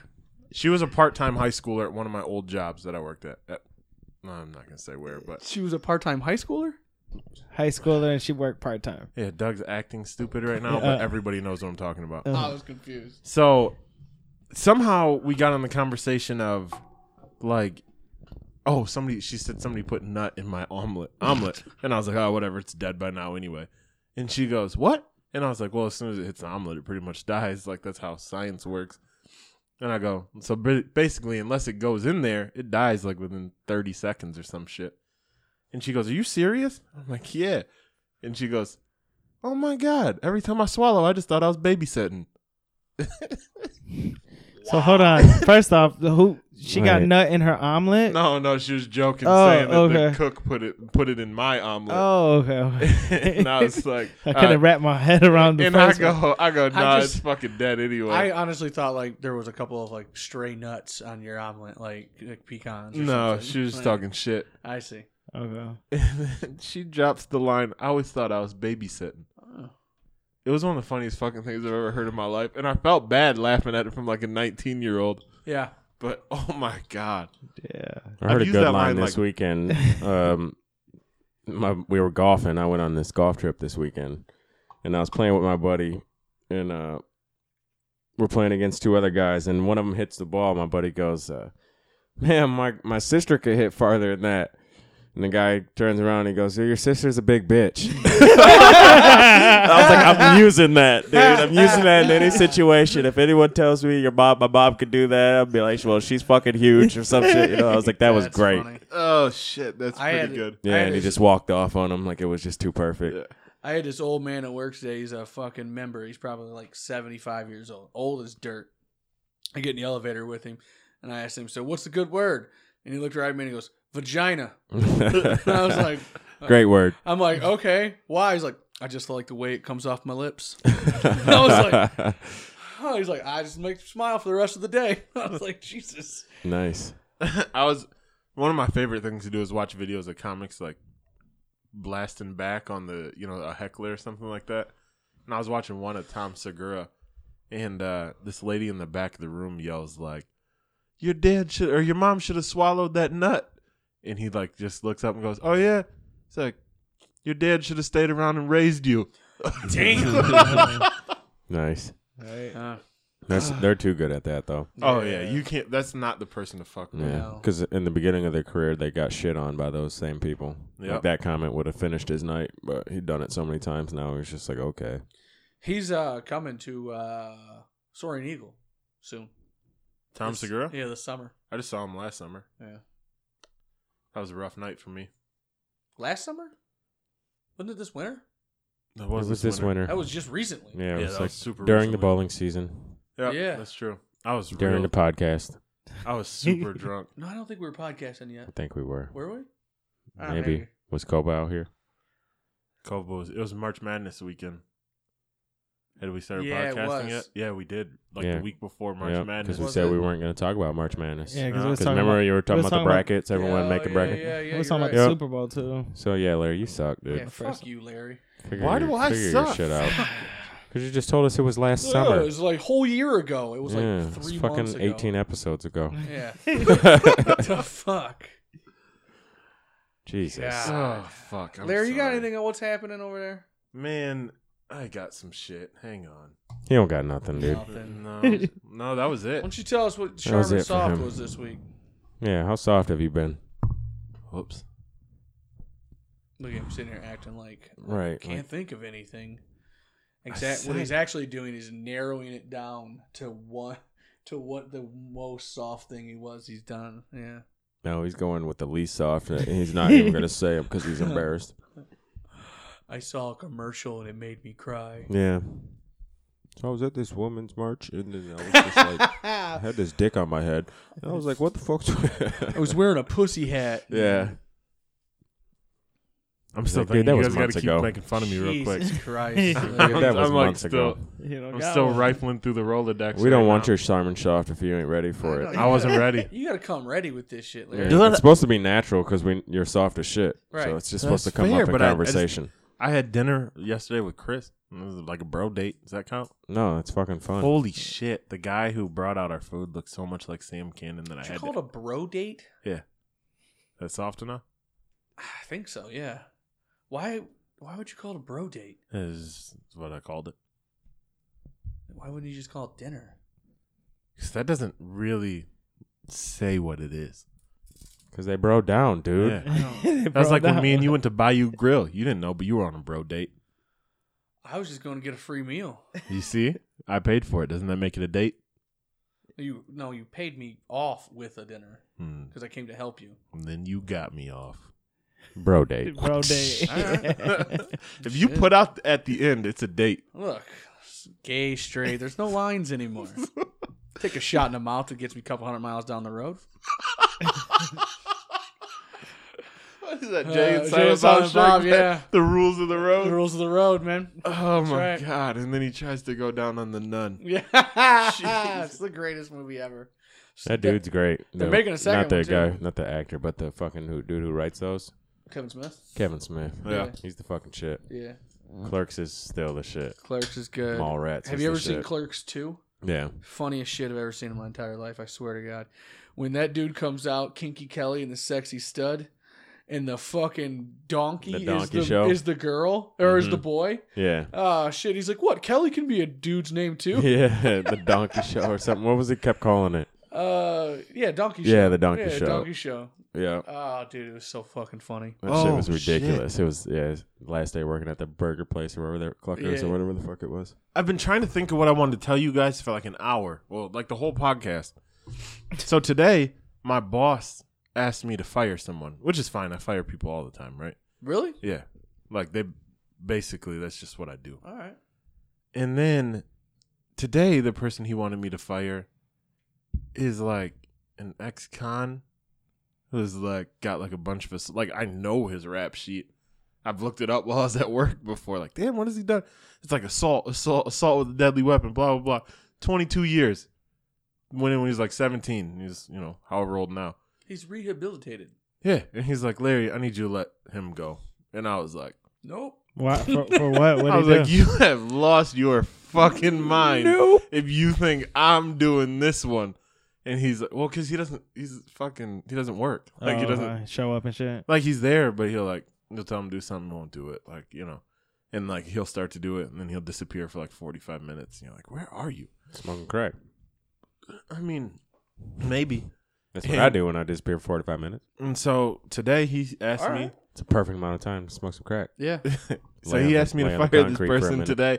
S2: She was a part-time high schooler at one of my old jobs that I worked at. at I'm not gonna say where, but
S5: She was a part-time high schooler.
S6: High schooler and she worked part time.
S2: yeah, Doug's acting stupid right now, but everybody knows what I'm talking about.
S5: I was confused.
S2: So somehow we got on the conversation of like, oh, somebody. She said somebody put nut in my omelet, omelet, and I was like, oh, whatever, it's dead by now anyway. And she goes, what? And I was like, well, as soon as it hits the omelet, it pretty much dies. Like that's how science works. And I go, so ba- basically, unless it goes in there, it dies like within 30 seconds or some shit. And she goes, are you serious? I'm like, yeah. And she goes, oh my god! Every time I swallow, I just thought I was babysitting.
S6: So hold on. First off, the who she got
S3: Right.
S6: nut in her omelet?
S2: No, no, she was joking,
S6: Oh,
S2: saying that the
S6: okay.
S2: cook put it put it in my omelet.
S6: Oh, okay.
S2: and I was like,
S6: I couldn't
S2: uh,
S6: wrap my head around the
S2: and I
S6: first
S2: go,
S6: one.
S2: I go, nah, it's
S5: just-
S2: fucking dead anyway.
S5: I honestly thought like there was a couple of like stray nuts on your omelet, like, like pecans. Or
S2: no,
S5: something.
S2: she was
S5: Like,
S2: just talking shit.
S5: I see.
S6: Okay.
S2: And then she drops the line. I always thought I was babysitting.
S5: Oh.
S2: It was one of the funniest fucking things I've ever heard in my life, and I felt bad laughing at it from like a 19 year old.
S5: Yeah.
S2: But oh my god,
S6: Yeah.
S3: I
S2: I've
S3: heard a
S2: used
S3: good
S2: that line,
S3: line this
S2: like-
S3: weekend. Um, my, we were golfing. I went on this golf trip this weekend, and I was playing with my buddy, and uh, we're playing against two other guys. And one of them hits the ball. My buddy goes, uh, "Man, my my sister could hit farther than that." And the guy turns around and he goes, "Your sister's a big bitch." I was like, I'm using that, dude. I'm using that in any situation. If anyone tells me your mom, my mom could do that, I'll be like, well, she's fucking huge or some shit. You know, I was like, that was
S5: That's
S3: great.
S5: funny.
S2: oh shit, that's
S5: I
S2: pretty
S5: had-
S2: good.
S3: Yeah,
S5: I had
S3: and he
S5: a-
S3: just walked off on him like it was just too perfect.
S5: I had this old man at work today. He's a fucking member. He's probably like 75 years old, old as dirt. I get in the elevator with him and I asked him, So, what's the good word? And he looked right at me and he goes, Vagina. And I was like,
S3: great word.
S5: I'm like, okay, why? He's like, I just like the way it comes off my lips. I was like, oh, he's like, I just make you smile for the rest of the day. I was like, Jesus.
S3: nice.
S2: I was one of my favorite things to do is watch videos of comics like blasting back on the you know a heckler or something like that. And I was watching one of Tom Segura, and uh, this lady in the back of the room yells like, "Your dad should or your mom should have swallowed that nut," and he like just looks up and goes, "Oh yeah," it's like. Your dad should have stayed around and raised you.
S3: Nice.
S5: Uh,
S3: That's they're too good at that though.
S2: Oh yeah, you can't. That's not the person to fuck with.
S3: Yeah, because in the beginning of their career, they got shit on by those same people.
S2: Yep.
S3: Like that comment would have finished his night, but he'd done it so many times now. He's just like, okay,
S5: he's uh, coming to uh, Soaring Eagle soon.
S2: Tom
S5: This-
S2: Segura.
S5: Yeah, this summer.
S2: I just saw him last summer.
S5: Yeah.
S2: That was a rough night for me.
S5: Last summer? Wasn't it this winter?
S2: That
S3: it was this winter.
S5: That was just recently.
S3: Yeah, it
S2: Yeah,
S3: was
S2: that
S3: like
S2: was super
S3: during the
S2: recently.
S3: bowling season.
S2: Yep,
S5: Yeah.
S2: that's true. I was
S3: during
S2: real-
S3: the podcast.
S2: I was super drunk.
S5: No, I don't think we were podcasting yet.
S3: I think we were.
S5: Were we? Ah,
S3: maybe. was Koba out here?
S2: Kobo was, it was March Madness weekend. Had we started
S5: Yeah, it
S2: podcasting
S5: was.
S2: yet? Yeah, we did. Like
S3: Yeah.
S2: the week before March
S3: Yeah,
S2: Madness.
S3: we
S2: Was
S3: said
S2: it?
S3: we weren't going to talk about March Madness.
S6: Yeah, 'cause
S2: we was
S3: because
S6: talking
S3: remember
S6: about-
S3: you were
S6: we
S3: talking
S6: was
S3: about the
S6: talking about-
S3: brackets. Everyone
S5: Yeah,
S3: make a
S5: yeah,
S3: bracket.
S5: Yeah, yeah,
S6: We're
S5: you're
S6: talking about
S5: right.
S6: the
S3: Yep.
S6: Super Bowl too.
S3: So yeah, Larry, you suck, dude.
S5: Yeah, fuck you, Larry.
S3: Figure
S2: Why
S3: your-
S2: do I
S3: figure
S2: suck?
S3: Your shit out. Because you just told us it was last
S5: Yeah,
S3: summer.
S5: it was like whole year ago. It was
S3: yeah,
S5: like
S3: it's
S5: three
S3: fucking
S5: months ago.
S3: 18 episodes ago.
S5: Yeah. the fuck,
S3: Jesus.
S5: Yeah.
S2: Oh fuck! I'm
S5: Larry? You got
S2: sorry.
S5: anything on what's happening over there?
S2: Man, I got some shit. Hang on.
S3: He don't got nothing, dude.
S5: Nothing.
S2: No, no, that was
S5: Why
S2: it.
S5: don't you tell us what
S3: That was
S5: Sharp and
S3: it for
S5: Soft
S3: him.
S5: was this week?
S3: Yeah, how soft have you been?
S2: Whoops.
S5: Look at him sitting here acting like
S3: Right.
S5: can't
S3: like-
S5: think of anything.
S2: I
S5: Exact what he's
S2: said-
S5: actually doing is narrowing it down to what to what the most soft thing he was he's done. Yeah.
S3: no, he's going with the least soft. and He's not even going to say it because he's embarrassed.
S5: I saw a commercial and it made me cry.
S3: Yeah. So I was at this woman's march and then I was just like, I had this dick on my head. And I was like, what the fuck's.
S5: I was wearing a pussy hat.
S3: yeah.
S2: I'm still
S3: Dude,
S2: thinking
S3: that
S2: you
S3: was
S2: guys gotta
S3: months
S2: keep
S3: ago.
S2: making fun of me real quick.
S5: Jesus Christ.
S2: I'm,
S3: That was
S2: I'm, like
S3: months
S2: still,
S3: ago.
S6: You know,
S2: I'm
S6: got
S2: still
S6: one.
S2: rifling through the Rolodex.
S3: We don't
S2: right
S3: want
S2: now.
S3: your Simon Shaft if you ain't ready for it.
S2: I wasn't ready.
S5: you gotta come ready with this shit,
S3: Yeah,
S5: Larry.
S3: it's supposed to be natural because we you're soft as shit.
S5: Right.
S3: So it's
S2: That's
S3: just supposed to come
S2: fair,
S3: up in
S2: but I- I just-
S3: conversation.
S2: I had dinner yesterday with Chris. It was like a bro date. Does that count?
S3: no, it's fucking fun.
S2: Holy shit! The guy who brought out our food looked so much like Sam Cannon that I
S5: Did you
S2: had.
S5: call it
S2: To,
S5: a bro date?
S2: that's soft enough.
S5: I think so, yeah. Why why would you call it a bro date?
S2: Is what I called it.
S5: Why wouldn't you just call it dinner?
S2: Because that doesn't really say what it is.
S3: Because they bro down, dude.
S2: Yeah.
S6: They
S2: That's
S6: brought
S2: like when
S6: that
S2: me and you
S6: one.
S2: went to Bayou Grill. You didn't know, but you were on a bro date.
S5: I was just going to get a free meal.
S2: You see, I paid for it. Doesn't that make it a date?
S5: You no, you paid me off with a dinner
S2: Hmm.
S5: because I came to help you.
S2: And then you got me off.
S3: Bro date.
S6: Bro, day.
S2: if you put out at the end, it's a date.
S5: Look, gay, straight. There's no lines anymore. Take a shot in the mouth that gets me a couple hundred miles down the road.
S2: What is that,
S5: Jay and Silent Bob Shrek? Yeah.
S2: The rules of the
S5: The
S2: road.
S5: rules of the road, man.
S2: Oh my
S5: right.
S2: god! And then he tries to go down on the nun.
S5: Yeah, it's the greatest movie ever.
S3: That dude's great.
S5: They're making a second
S3: Not the
S5: one,
S3: guy,
S5: too.
S3: not the actor, but the fucking who, dude who writes those.
S5: Kevin Smith.
S3: Kevin Smith.
S2: Yeah.
S3: He's the fucking shit.
S5: Yeah,
S3: Clerks is still the shit.
S5: Clerks is good.
S3: Mallrats.
S5: Have
S3: is
S5: you
S3: the
S5: ever seen
S3: shit.
S5: Clerks two?
S3: Yeah.
S5: funniest shit I've ever seen in my entire life. I swear to God. When that dude comes out, Kinky Kelly and the sexy stud, and the fucking donkey,
S3: The donkey
S5: is, the,
S3: show? Mm-hmm.
S5: is the girl or is the boy.
S3: Yeah.
S5: Ah, shit. He's like, what? Kelly can be a dude's name too?
S3: Yeah, the donkey show or something. What was he kept calling it?
S5: Uh, yeah, donkey show.
S3: Yeah, the donkey show.
S5: donkey show.
S3: Yeah.
S5: Oh, dude, it was so fucking funny.
S3: That
S2: Oh,
S3: shit was
S2: shit.
S3: ridiculous. It was yeah, his last day working at the burger place or wherever the cluckers
S5: Yeah.
S3: or whatever the fuck it was.
S2: I've been trying to think of what I wanted to tell you guys for like an hour. Well, like the whole podcast. So today, my boss asked me to fire someone, which is fine. I fire people all the time, right?
S5: Really?
S2: Yeah. Like they basically that's just what I do.
S5: All right.
S2: And then today the person he wanted me to fire is like an ex-con who's like got like a bunch of us like I know his rap sheet. I've looked it up while I was at work before. Like, damn, what has he done? It's like assault, assault, assault with a deadly weapon, blah blah blah. Twenty two years. When when he was like seventeen, he's you know however old now.
S5: He's rehabilitated.
S2: Yeah, and he's like, Larry, I need you to let him go. And I was like,
S5: Nope.
S6: Why, for, for what? What
S2: I was
S6: do?
S2: like, you have lost your fucking mind if you think I'm doing this one. And he's like, well, because he doesn't, he's fucking, he doesn't work. Like he
S6: Oh,
S2: doesn't,
S6: uh, show up and shit.
S2: like he's there, but he'll like, they'll tell him to do something, won't do it. Like you know, and like he'll start to do it, and then he'll disappear for like 45 minutes. And you're like, where are you?
S3: Smoking crack.
S2: I mean, maybe.
S3: That's what I do when I disappear for forty five minutes.
S2: And so today he asked
S5: All
S2: me.
S5: right.
S3: It's a perfect amount of time to smoke some crack.
S5: Yeah.
S2: So
S3: Lay on
S2: he
S3: the-
S2: asked me
S3: lay
S2: to
S3: on the
S2: fire this
S3: concrete for a
S2: person
S3: minute.
S2: today,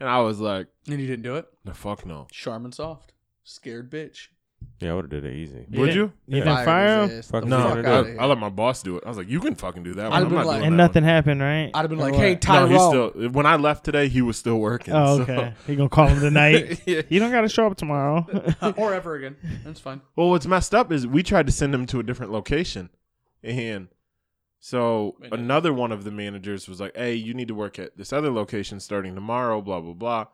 S2: and I was like,
S5: and you didn't do it?
S2: no, fuck no.
S5: Charmin Soft. Scared bitch.
S3: Yeah, I would have did it easy.
S2: You Would didn't- you? you
S3: Yeah.
S2: didn't
S6: fire him?
S3: Fucking
S2: no,
S3: did it.
S2: I, I let my boss do it. I was like, "You can fucking do that." One.
S6: I'd
S2: I'm
S6: been
S2: not
S6: like-
S2: doing
S6: And
S2: that
S6: nothing
S2: one."
S6: happened, right?
S5: I'd have been
S6: Or
S5: like,
S6: what?
S5: "Hey,
S2: No, he's
S5: Tyrone."
S2: still. When I left today, he was still working.
S6: Oh,
S2: so-
S6: okay. You gonna call him tonight? You don't gotta show up tomorrow.
S5: or ever again. That's fine.
S2: Well, what's messed up is we tried to send him to a different location, and so another one of the managers was like, "Hey, you need to work at this other location starting tomorrow." Blah blah blah.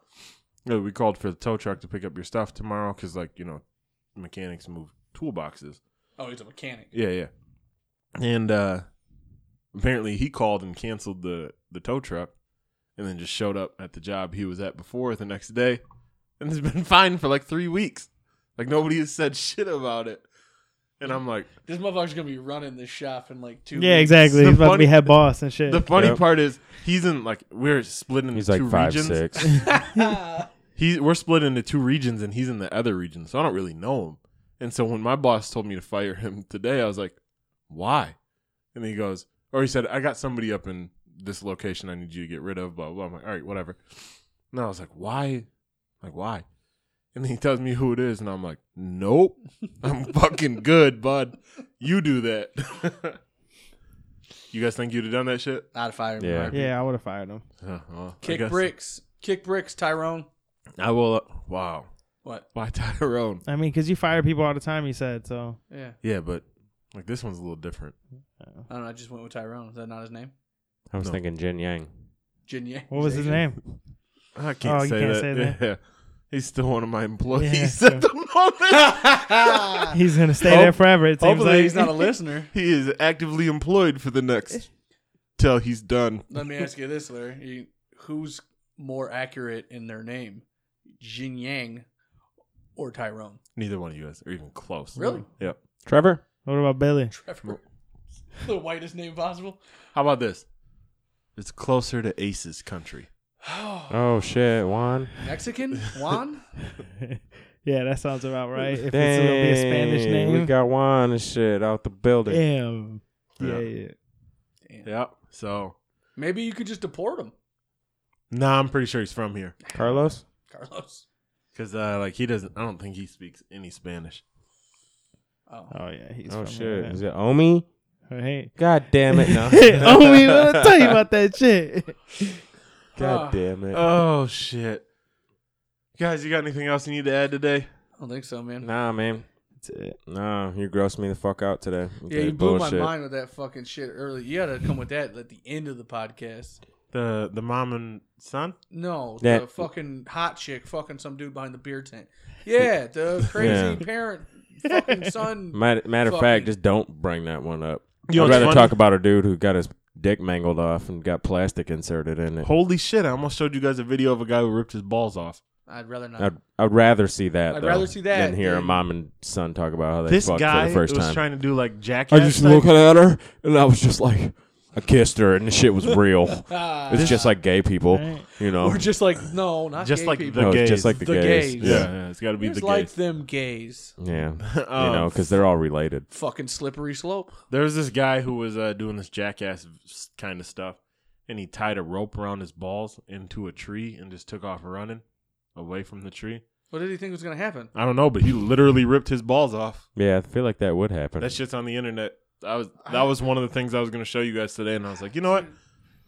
S2: You know, we called for the tow truck to pick up your stuff tomorrow because, like, you know, mechanics move toolboxes.
S5: Oh, he's a mechanic.
S2: Yeah, yeah. And uh apparently he called and canceled the the tow truck and then just showed up at the job he was at before the next day and has been fine for like 3 weeks. Like nobody has said shit about it. And I'm like
S5: This motherfucker's gonna be running this shop in like two.
S6: Yeah,
S5: weeks.
S6: exactly.
S2: The
S6: He's about to be
S2: funny-
S6: head boss and shit.
S2: the funny
S6: Yep.
S2: part is he's in like we're split into
S3: He's
S2: two
S3: like five,
S2: regions.
S3: six.
S2: he we're split into two regions and he's in the other region, so I don't really know him. And so when my boss told me to fire him today, I was like, "Why?" And he goes, or he said, "I got somebody up in this location. I need you to get rid of." Blah blah. blah. I'm like, "All right, whatever." And I was like, "Why?" Like why? And he tells me who it is, and I'm like, "Nope, I'm fucking good, bud. You do that." you guys think you'd have done that shit?
S5: I'd have fired
S2: him. Yeah.
S6: Yeah, I would have fired him.
S2: Uh, well, I
S5: Kick
S2: guess-
S5: bricks. Kick bricks, Tyrone.
S2: I will. wow.
S5: What?
S2: Why Tyrone?
S6: I mean, because you fire people all the time. You said so.
S5: Yeah.
S2: Yeah, but like this one's a little different.
S5: I don't know. I just went with Tyrone. Is that not his name?
S3: I was
S2: No.
S3: thinking Jin Yang.
S5: Jin Yang.
S6: What was his name?
S2: I Oh, can't,
S6: you
S2: say, that. Yeah. He's still one of my employees
S6: Yeah,
S2: at the moment.
S6: He's gonna stay there forever, it seems
S2: hopefully
S6: like. He's not a
S5: listener.
S2: he is actively employed for the next till he's done.
S5: Let me ask you this, Larry. You- who's more accurate in their name, Jin Yang or Tyrone?
S2: Neither one of you guys are even close.
S5: Really?
S2: Yep.
S3: Trevor?
S6: What about Billy?
S5: Trevor. the whitest name possible.
S2: How about this? It's closer to Ace's country.
S3: Oh shit, Juan.
S5: Mexican Juan.
S6: Yeah, that sounds about right. If it's gonna be a Spanish
S3: Dang,
S6: name,
S3: we got Juan and shit out the building.
S6: Damn. Yeah, yeah.
S2: Yep. So
S5: Maybe you could just deport him,
S2: nah, I'm pretty sure he's from here.
S3: Carlos?
S5: Carlos.
S2: Because uh, like he doesn't. I don't think he speaks any Spanish.
S5: Oh.
S6: Oh yeah, he's
S3: Oh
S6: from
S3: shit.
S6: Here.
S3: Is it Omi?
S6: Right.
S3: God damn it, no.
S6: oh, we gonna tell you about that shit.
S3: God damn it.
S2: Oh shit. Guys, you got anything else you need to add today?
S5: I don't think so, man.
S3: Nah, man.
S6: That's it.
S3: Nah, you grossed me the fuck out today. with
S5: Yeah,
S3: that
S5: you blew
S3: bullshit.
S5: my mind with that fucking shit earlier. You gotta come with that at the end of the podcast.
S2: The the mom and son.
S5: No, the
S3: That-
S5: fucking hot chick fucking some dude behind the beer tent. Yeah, the crazy
S3: Yeah.
S5: parent fucking son.
S3: Matter, matter of
S5: fucking-
S3: fact, just don't bring that one up.
S2: You know
S3: I'd
S2: what's
S3: rather
S2: funny?
S3: talk about a dude who got his dick mangled off and got plastic inserted in it.
S2: Holy shit! I almost showed you guys a video of a guy who ripped his balls off.
S5: I'd rather not.
S3: I'd, I'd rather see that.
S5: I'd
S3: though,
S5: rather see that
S3: than hear a
S5: than-
S3: mom and son talk about how they
S2: This
S3: fucked
S2: guy
S3: for the first
S2: was
S3: time.
S2: trying to do like jackass.
S3: I just
S2: type-
S3: looked at her and I was just like, I kissed her and the shit was real. it's just like gay people, you know.
S5: We're just like no, not
S2: just
S5: gay
S2: like
S5: people.
S2: the
S3: No, it's
S2: gays.
S3: just like the gays.
S2: Yeah,
S3: Yeah.
S2: yeah, it's got to be
S5: Just
S2: the
S5: like
S2: gays.
S5: them gays.
S3: yeah,
S2: Um,
S3: you know, because they're all related.
S5: Fucking slippery slope.
S2: There was this guy who was uh, doing this jackass kind of stuff, and he tied a rope around his balls into a tree and just took off running away from the tree.
S5: What did he think was gonna happen?
S2: I don't know, but he literally ripped his balls off.
S3: Yeah, I feel like that would happen.
S2: That shit's on the internet. I was that was one of the things I was going to show you guys today, and I was like, you know what?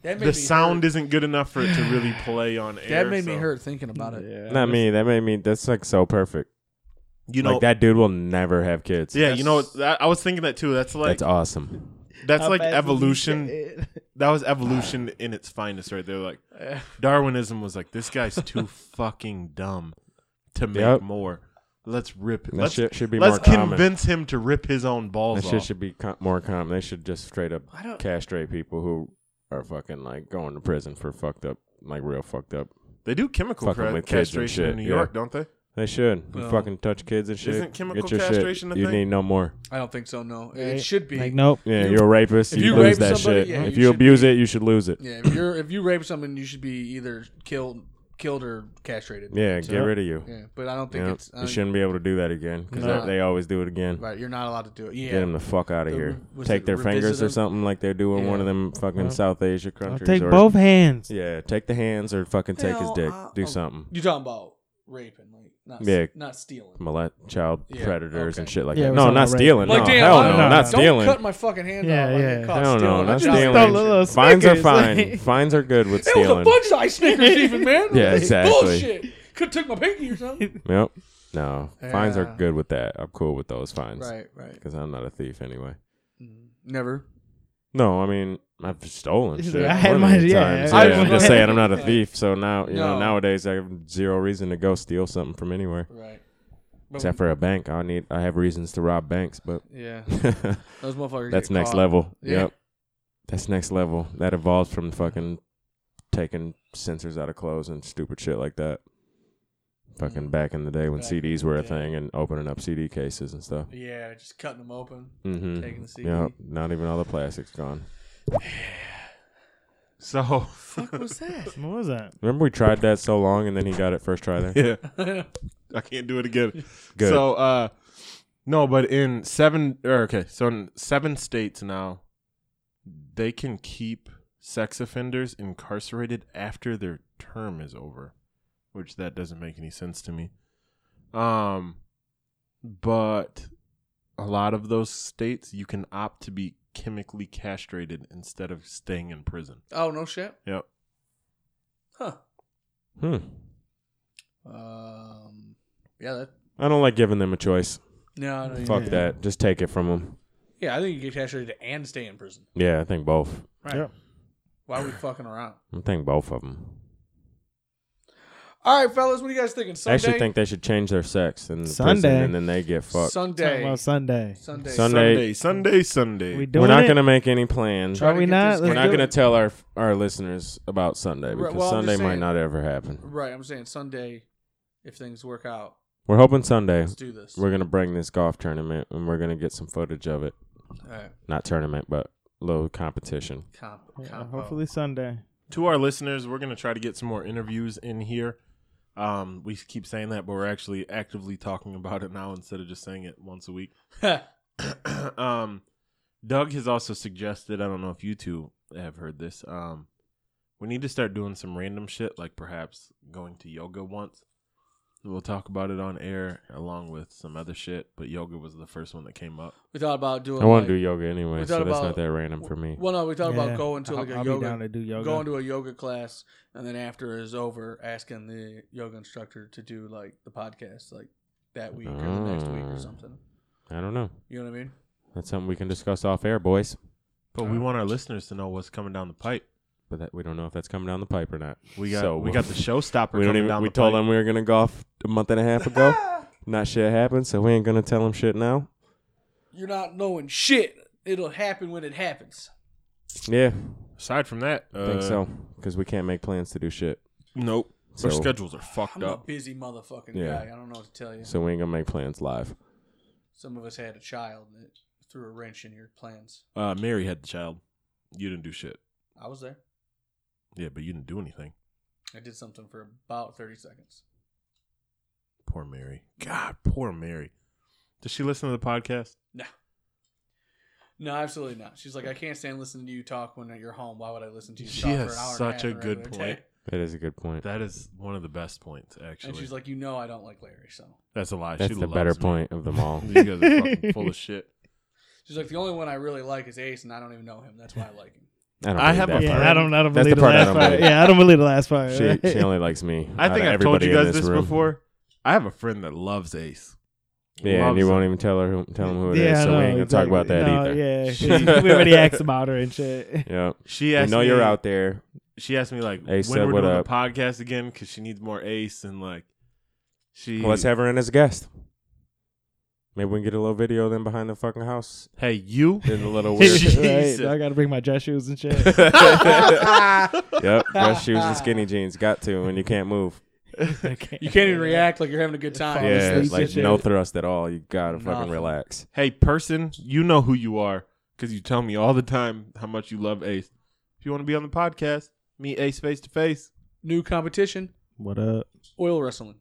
S5: That
S2: The
S5: made me
S2: sound
S5: hurt.
S2: isn't good enough for it to really play on air.
S5: that made me
S2: so-
S5: hurt thinking about it.
S6: Yeah.
S3: Not me. That made me. That's like so perfect.
S2: You know
S3: Like that dude will never have kids.
S2: Yeah, you know what? That, I was thinking that too. That's like
S3: that's awesome.
S2: that's
S6: How
S2: like
S6: fast did you
S2: evolution.
S6: say it?
S2: That was evolution in its finest, right there. Like Darwinism was like, this guy's too fucking dumb to make
S3: Yep.
S2: more. Let's rip.
S3: That
S2: let's
S3: shit should be
S2: let's
S3: more common.
S2: convince him to rip his own balls
S3: That shit
S2: off.
S3: should be com- more common. They should just straight up
S5: I don't-
S3: castrate people who are fucking like going to prison for fucked up, like real fucked up.
S2: they do chemical
S3: Fucking
S2: cra-
S3: with kids and
S2: castration
S3: shit,
S2: in New
S3: yeah.
S2: York, don't they?
S3: They should. You
S5: Well,
S3: fucking touch kids and shit.
S2: isn't chemical
S3: Get your
S2: castration a
S3: shit. You
S2: thing?
S3: need no more.
S5: I don't think so. No,
S6: Right?
S5: it should be.
S6: Like, nope.
S3: Yeah, you're a rapist.
S5: if
S3: You,
S5: you
S3: lose
S5: rape
S3: that
S5: somebody,
S3: shit.
S5: yeah,
S3: if
S5: you
S3: you,
S5: should
S3: abuse it, you should lose it. Yeah,
S5: Yeah, if you're if you rape someone, you should be either killed, killed or castrated.
S3: get rid of you.
S5: Yeah, but I don't think
S3: Yeah.
S5: it's. I
S3: you
S5: don't-
S3: shouldn't be able to do that again because
S5: No.
S3: they always do it again.
S5: Right, you're not allowed to do it. Yeah.
S3: Get them the fuck out of
S5: The
S3: here.
S5: re- was
S3: Take
S5: it
S3: their fingers or
S5: revisitive?
S3: something like they do in one
S5: Yeah.
S3: of them fucking South Asia
S6: I'll
S3: countries.
S6: take
S3: or,
S6: both hands.
S3: Yeah, take the hands or fucking take his
S5: Hell,
S3: dick.
S5: I-
S3: do
S5: oh,
S3: something.
S5: You're talking about raping, like Not,
S3: yeah,
S5: not stealing.
S3: molest child
S5: Yeah,
S3: predators and shit like
S6: Yeah, it
S3: that.
S6: was
S3: No,
S6: on
S3: not
S6: the right-
S3: stealing.
S5: Like,
S3: no,
S5: damn,
S3: hell
S5: I-
S3: no,
S6: no,
S3: not
S6: no.
S5: Don't
S3: stealing.
S5: cut my fucking hand
S6: Yeah,
S5: off. I
S6: yeah.
S5: get caught
S3: Hell no,
S5: stealing.
S3: not
S5: That's not-
S6: stole a
S3: stealing.
S6: little
S3: Fines are
S6: Snickers,
S3: fine.
S6: like-
S3: Fines are good with
S5: It was a
S3: stealing.
S5: bunch of ice Snickers even, man.
S3: Yeah,
S5: This is
S3: exactly.
S5: Bullshit. Could have took my pinky or something.
S3: Yep. No, fines are
S5: Yeah.
S3: good with that. I'm cool with those fines.
S5: right, right.
S3: Because I'm not a thief anyway.
S5: Never.
S3: No, I mean I've stolen
S6: He's
S3: shit.
S6: like, I had
S3: plenty
S6: my-
S3: of
S6: yeah,
S3: times.
S6: I-
S3: Yeah, I'm just saying I'm not a thief. So now you
S5: No.
S3: know nowadays I have zero reason to go steal something from anywhere
S5: Right.
S3: except for a bank. I need I have reasons to rob banks, but
S5: Yeah.
S3: that's
S5: Those motherfuckers. get
S3: next
S5: caught.
S3: level.
S5: Yeah.
S3: Yep, that's next level. That evolves from fucking taking sensors out of clothes and stupid shit like that. Fucking back in the day when
S5: Mm. Back in
S3: CDs
S5: the
S3: were a
S5: day.
S3: thing and opening up CD cases and stuff.
S5: Yeah, just cutting them open,
S3: Mm-hmm.
S5: taking the CD.
S3: Yep, not even all the plastics gone.
S2: So
S5: Fuck was that?
S6: What was that?
S3: Remember we tried that so long and then he got it first try there.
S2: yeah, I can't do it again.
S3: Good.
S2: So uh, no, but in seven or okay, so in seven states now, they can keep sex offenders incarcerated after their term is over, which that doesn't make any sense to me. Um, but a lot of those states you can opt to be chemically castrated instead of staying in prison.
S5: Oh no shit.
S2: Yep.
S5: Huh.
S3: Hmm.
S5: Um. Yeah. That.
S3: I don't like giving them a choice.
S5: No. no
S3: Fuck
S5: yeah.
S3: that. Just take it from them.
S5: Yeah, I think you get castrated and stay in prison.
S3: Yeah, I think both.
S5: Right.
S6: Yeah.
S5: Why are we fucking around?
S3: I think both of them.
S5: All right, fellas, what are you guys thinking?
S3: I
S5: Sunday.
S3: actually think they should change their sex in the prison
S6: Sunday.
S3: and then they get fucked.
S6: Talking
S5: Sunday.
S6: about Sunday.
S5: Sunday.
S3: Sunday.
S2: Sunday, Sunday, Sunday.
S6: We doing
S3: We're not
S6: it?
S3: going to make any plans.
S5: Try
S6: Are
S5: to
S6: we
S5: get
S6: not?
S5: this-
S3: We're
S6: Let's
S3: not
S6: do
S3: going to
S6: it.
S3: tell our our listeners about Sunday
S5: Right,
S3: because
S5: well, I'm just
S3: Sunday might
S5: saying-
S3: not ever happen.
S5: Right, I'm saying Sunday. If things work out,
S3: We're hoping Sunday
S5: let's do this.
S3: we're going to bring this golf tournament and we're going to get some footage of it.
S5: All right,
S3: Not tournament, but little competition.
S5: comp,
S6: Yeah,
S5: compo.
S6: hopefully Sunday.
S2: to our listeners, we're going to try to get some more interviews in here. Um, we keep saying that, but we're actually actively talking about it now instead of just saying it once a week. um, Doug has also suggested, I don't know if you two have heard this, um, we need to start doing some random shit, like perhaps going to yoga once. We'll talk about it on air along with some other shit, but yoga was the first one that came up.
S5: we thought about doing.
S3: I want
S5: like-
S3: to do yoga anyway,
S5: we
S3: so
S5: thought
S3: that's not
S5: about-
S3: that random for me.
S5: Well, no, we thought about going to
S6: I'll-
S5: like a
S6: I'll be down
S5: yoga,
S6: to do yoga.
S5: going to a yoga class, and then after is over, asking the yoga instructor to do like the podcast like that week or the next week or
S3: Ah.
S5: something.
S3: I don't know.
S5: You know what I mean?
S3: That's something we can discuss off air, boys.
S2: But
S3: Oh.
S2: we want our listeners to know what's coming down the pipe.
S3: But that, we don't know if that's coming down the pipe or not.
S2: We got
S3: So,
S2: we got the showstopper
S3: We
S2: coming
S3: don't even.
S2: down
S3: We
S2: the
S3: told
S2: pipe.
S3: them we were gonna golf a month and a half ago. not shit happened, so we ain't gonna tell them shit now.
S5: You're not knowing shit. It'll happen when it happens.
S3: Yeah,
S2: Aside from that,
S3: I
S2: uh,
S3: think so. Because we can't make plans to do shit,
S2: Nope.
S3: So-
S2: Our schedules are fucked
S5: I'm a
S2: up.
S5: busy motherfucking
S3: Yeah.
S5: guy. I don't know what to tell you.
S3: so we ain't gonna make plans live.
S5: Some of us had a child and it threw a wrench in your plans.
S2: Uh, Mary had the child. You didn't do shit.
S5: I was there.
S2: Yeah, but you didn't do anything.
S5: I did something for about 30 seconds.
S2: Poor Mary. God, poor Mary. Does she listen to the podcast?
S5: No. No, absolutely not. She's like, I can't stand listening to you talk when you're home. Why would I listen to you
S2: She
S5: talk
S2: has
S5: for an hour
S2: such a
S5: and a half
S2: good
S5: every other
S2: point,
S5: day?"
S3: That is a good point.
S2: That is one of the best points, actually.
S5: And she's like, you know I don't like Larry, so.
S2: that's a lie.
S3: that's
S2: she
S3: the
S2: loves
S3: better
S2: me.
S3: point of them all.
S2: You guys are fucking full of shit.
S5: She's like, the only one I really like is Ace, and I don't even know him. That's why I like him.
S3: I, don't
S2: I
S3: believe
S2: have
S3: that
S2: a
S6: Yeah,
S3: part.
S2: friend-
S6: I don't. I don't
S3: That's
S6: believe
S3: the
S6: the,
S3: part I
S6: last
S3: don't
S6: part.
S3: believe.
S6: Yeah, I don't believe the last part. right?
S3: She, she only likes me.
S2: I
S3: out
S2: think
S3: of
S2: I've told
S3: everybody
S2: you
S3: in
S2: guys this,
S3: room.
S2: before. I have a friend that loves Ace.
S3: Yeah, and
S2: Loves
S3: you
S2: him.
S3: won't even tell her who, tell them who it is,
S6: yeah, I
S3: so
S6: know,
S3: we ain't gonna talk about that
S6: exactly.
S3: either.
S6: no, Yeah, 'cause we already asked about her and shit.
S3: Yep.
S2: She
S3: We
S2: asked
S3: know
S2: me,
S3: you're out there.
S2: She asked me like
S3: Ace
S2: when
S3: said,
S2: we're
S3: "What
S2: doing
S3: up?"
S2: the podcast again because she needs more Ace and like she.
S3: Well, let's have her in as a guest. Maybe we can get a little video of them behind the fucking house.
S2: hey you.
S3: In the little weird.
S2: Jesus.
S6: right? I gotta bring my dress shoes and shit.
S3: yep, dress shoes and skinny jeans. Got to when you can't move.
S5: You can't even react like you're having a good time.
S3: Yeah,
S6: asleep
S3: like
S6: and
S3: no
S6: shit.
S3: thrust at all. You gotta fucking
S5: Nothing.
S3: relax.
S2: Hey, person, you know who you are because you tell me all the time how much you love Ace. If you want to be on the podcast, meet Ace face to face.
S5: New competition,
S6: what up?
S5: oil wrestling.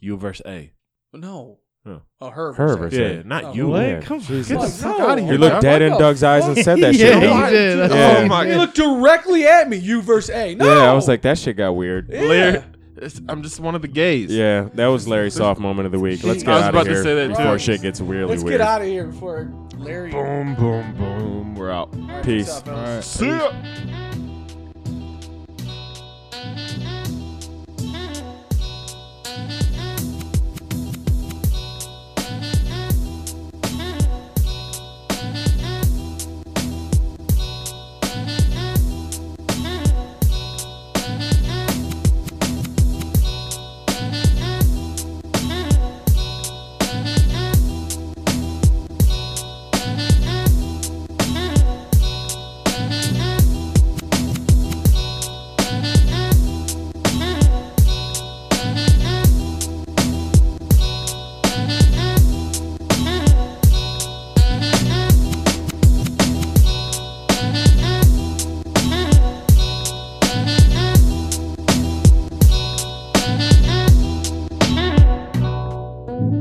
S2: You versus A.
S5: No.
S2: Huh.
S5: Oh, her.
S3: Her
S5: versus-
S3: versus-
S2: Yeah,
S3: Say-
S2: not
S5: Oh,
S2: you.
S6: What?
S3: Yeah,
S6: Come on.
S3: Jesus.
S2: Get the
S5: Fuck,
S2: fuck
S5: no.
S2: out of here.
S3: You looked
S2: Doug.
S3: dead
S5: What
S3: in
S5: the
S3: Doug's eyes and
S6: fuck?
S3: said that
S6: Yeah,
S3: shit.
S6: he
S5: Why
S6: did.
S5: did
S6: That's
S5: you-
S2: Oh
S3: Yeah.
S2: my
S5: He
S2: god.
S5: looked directly at me. You versus A. No.
S3: Yeah, I was like, that shit got weird.
S5: Yeah.
S2: Larry, It's, I'm just one of the gays.
S3: Yeah, that was Larry Soft moment of the week. Let's get
S2: I was
S3: out
S2: about
S3: of
S2: to
S3: here
S2: say that,
S3: before
S2: too.
S3: shit gets weirdly
S5: Let's
S3: weird.
S5: get out of here before Larry.
S2: Boom, boom, boom. We're out.
S3: Peace.
S2: See ya.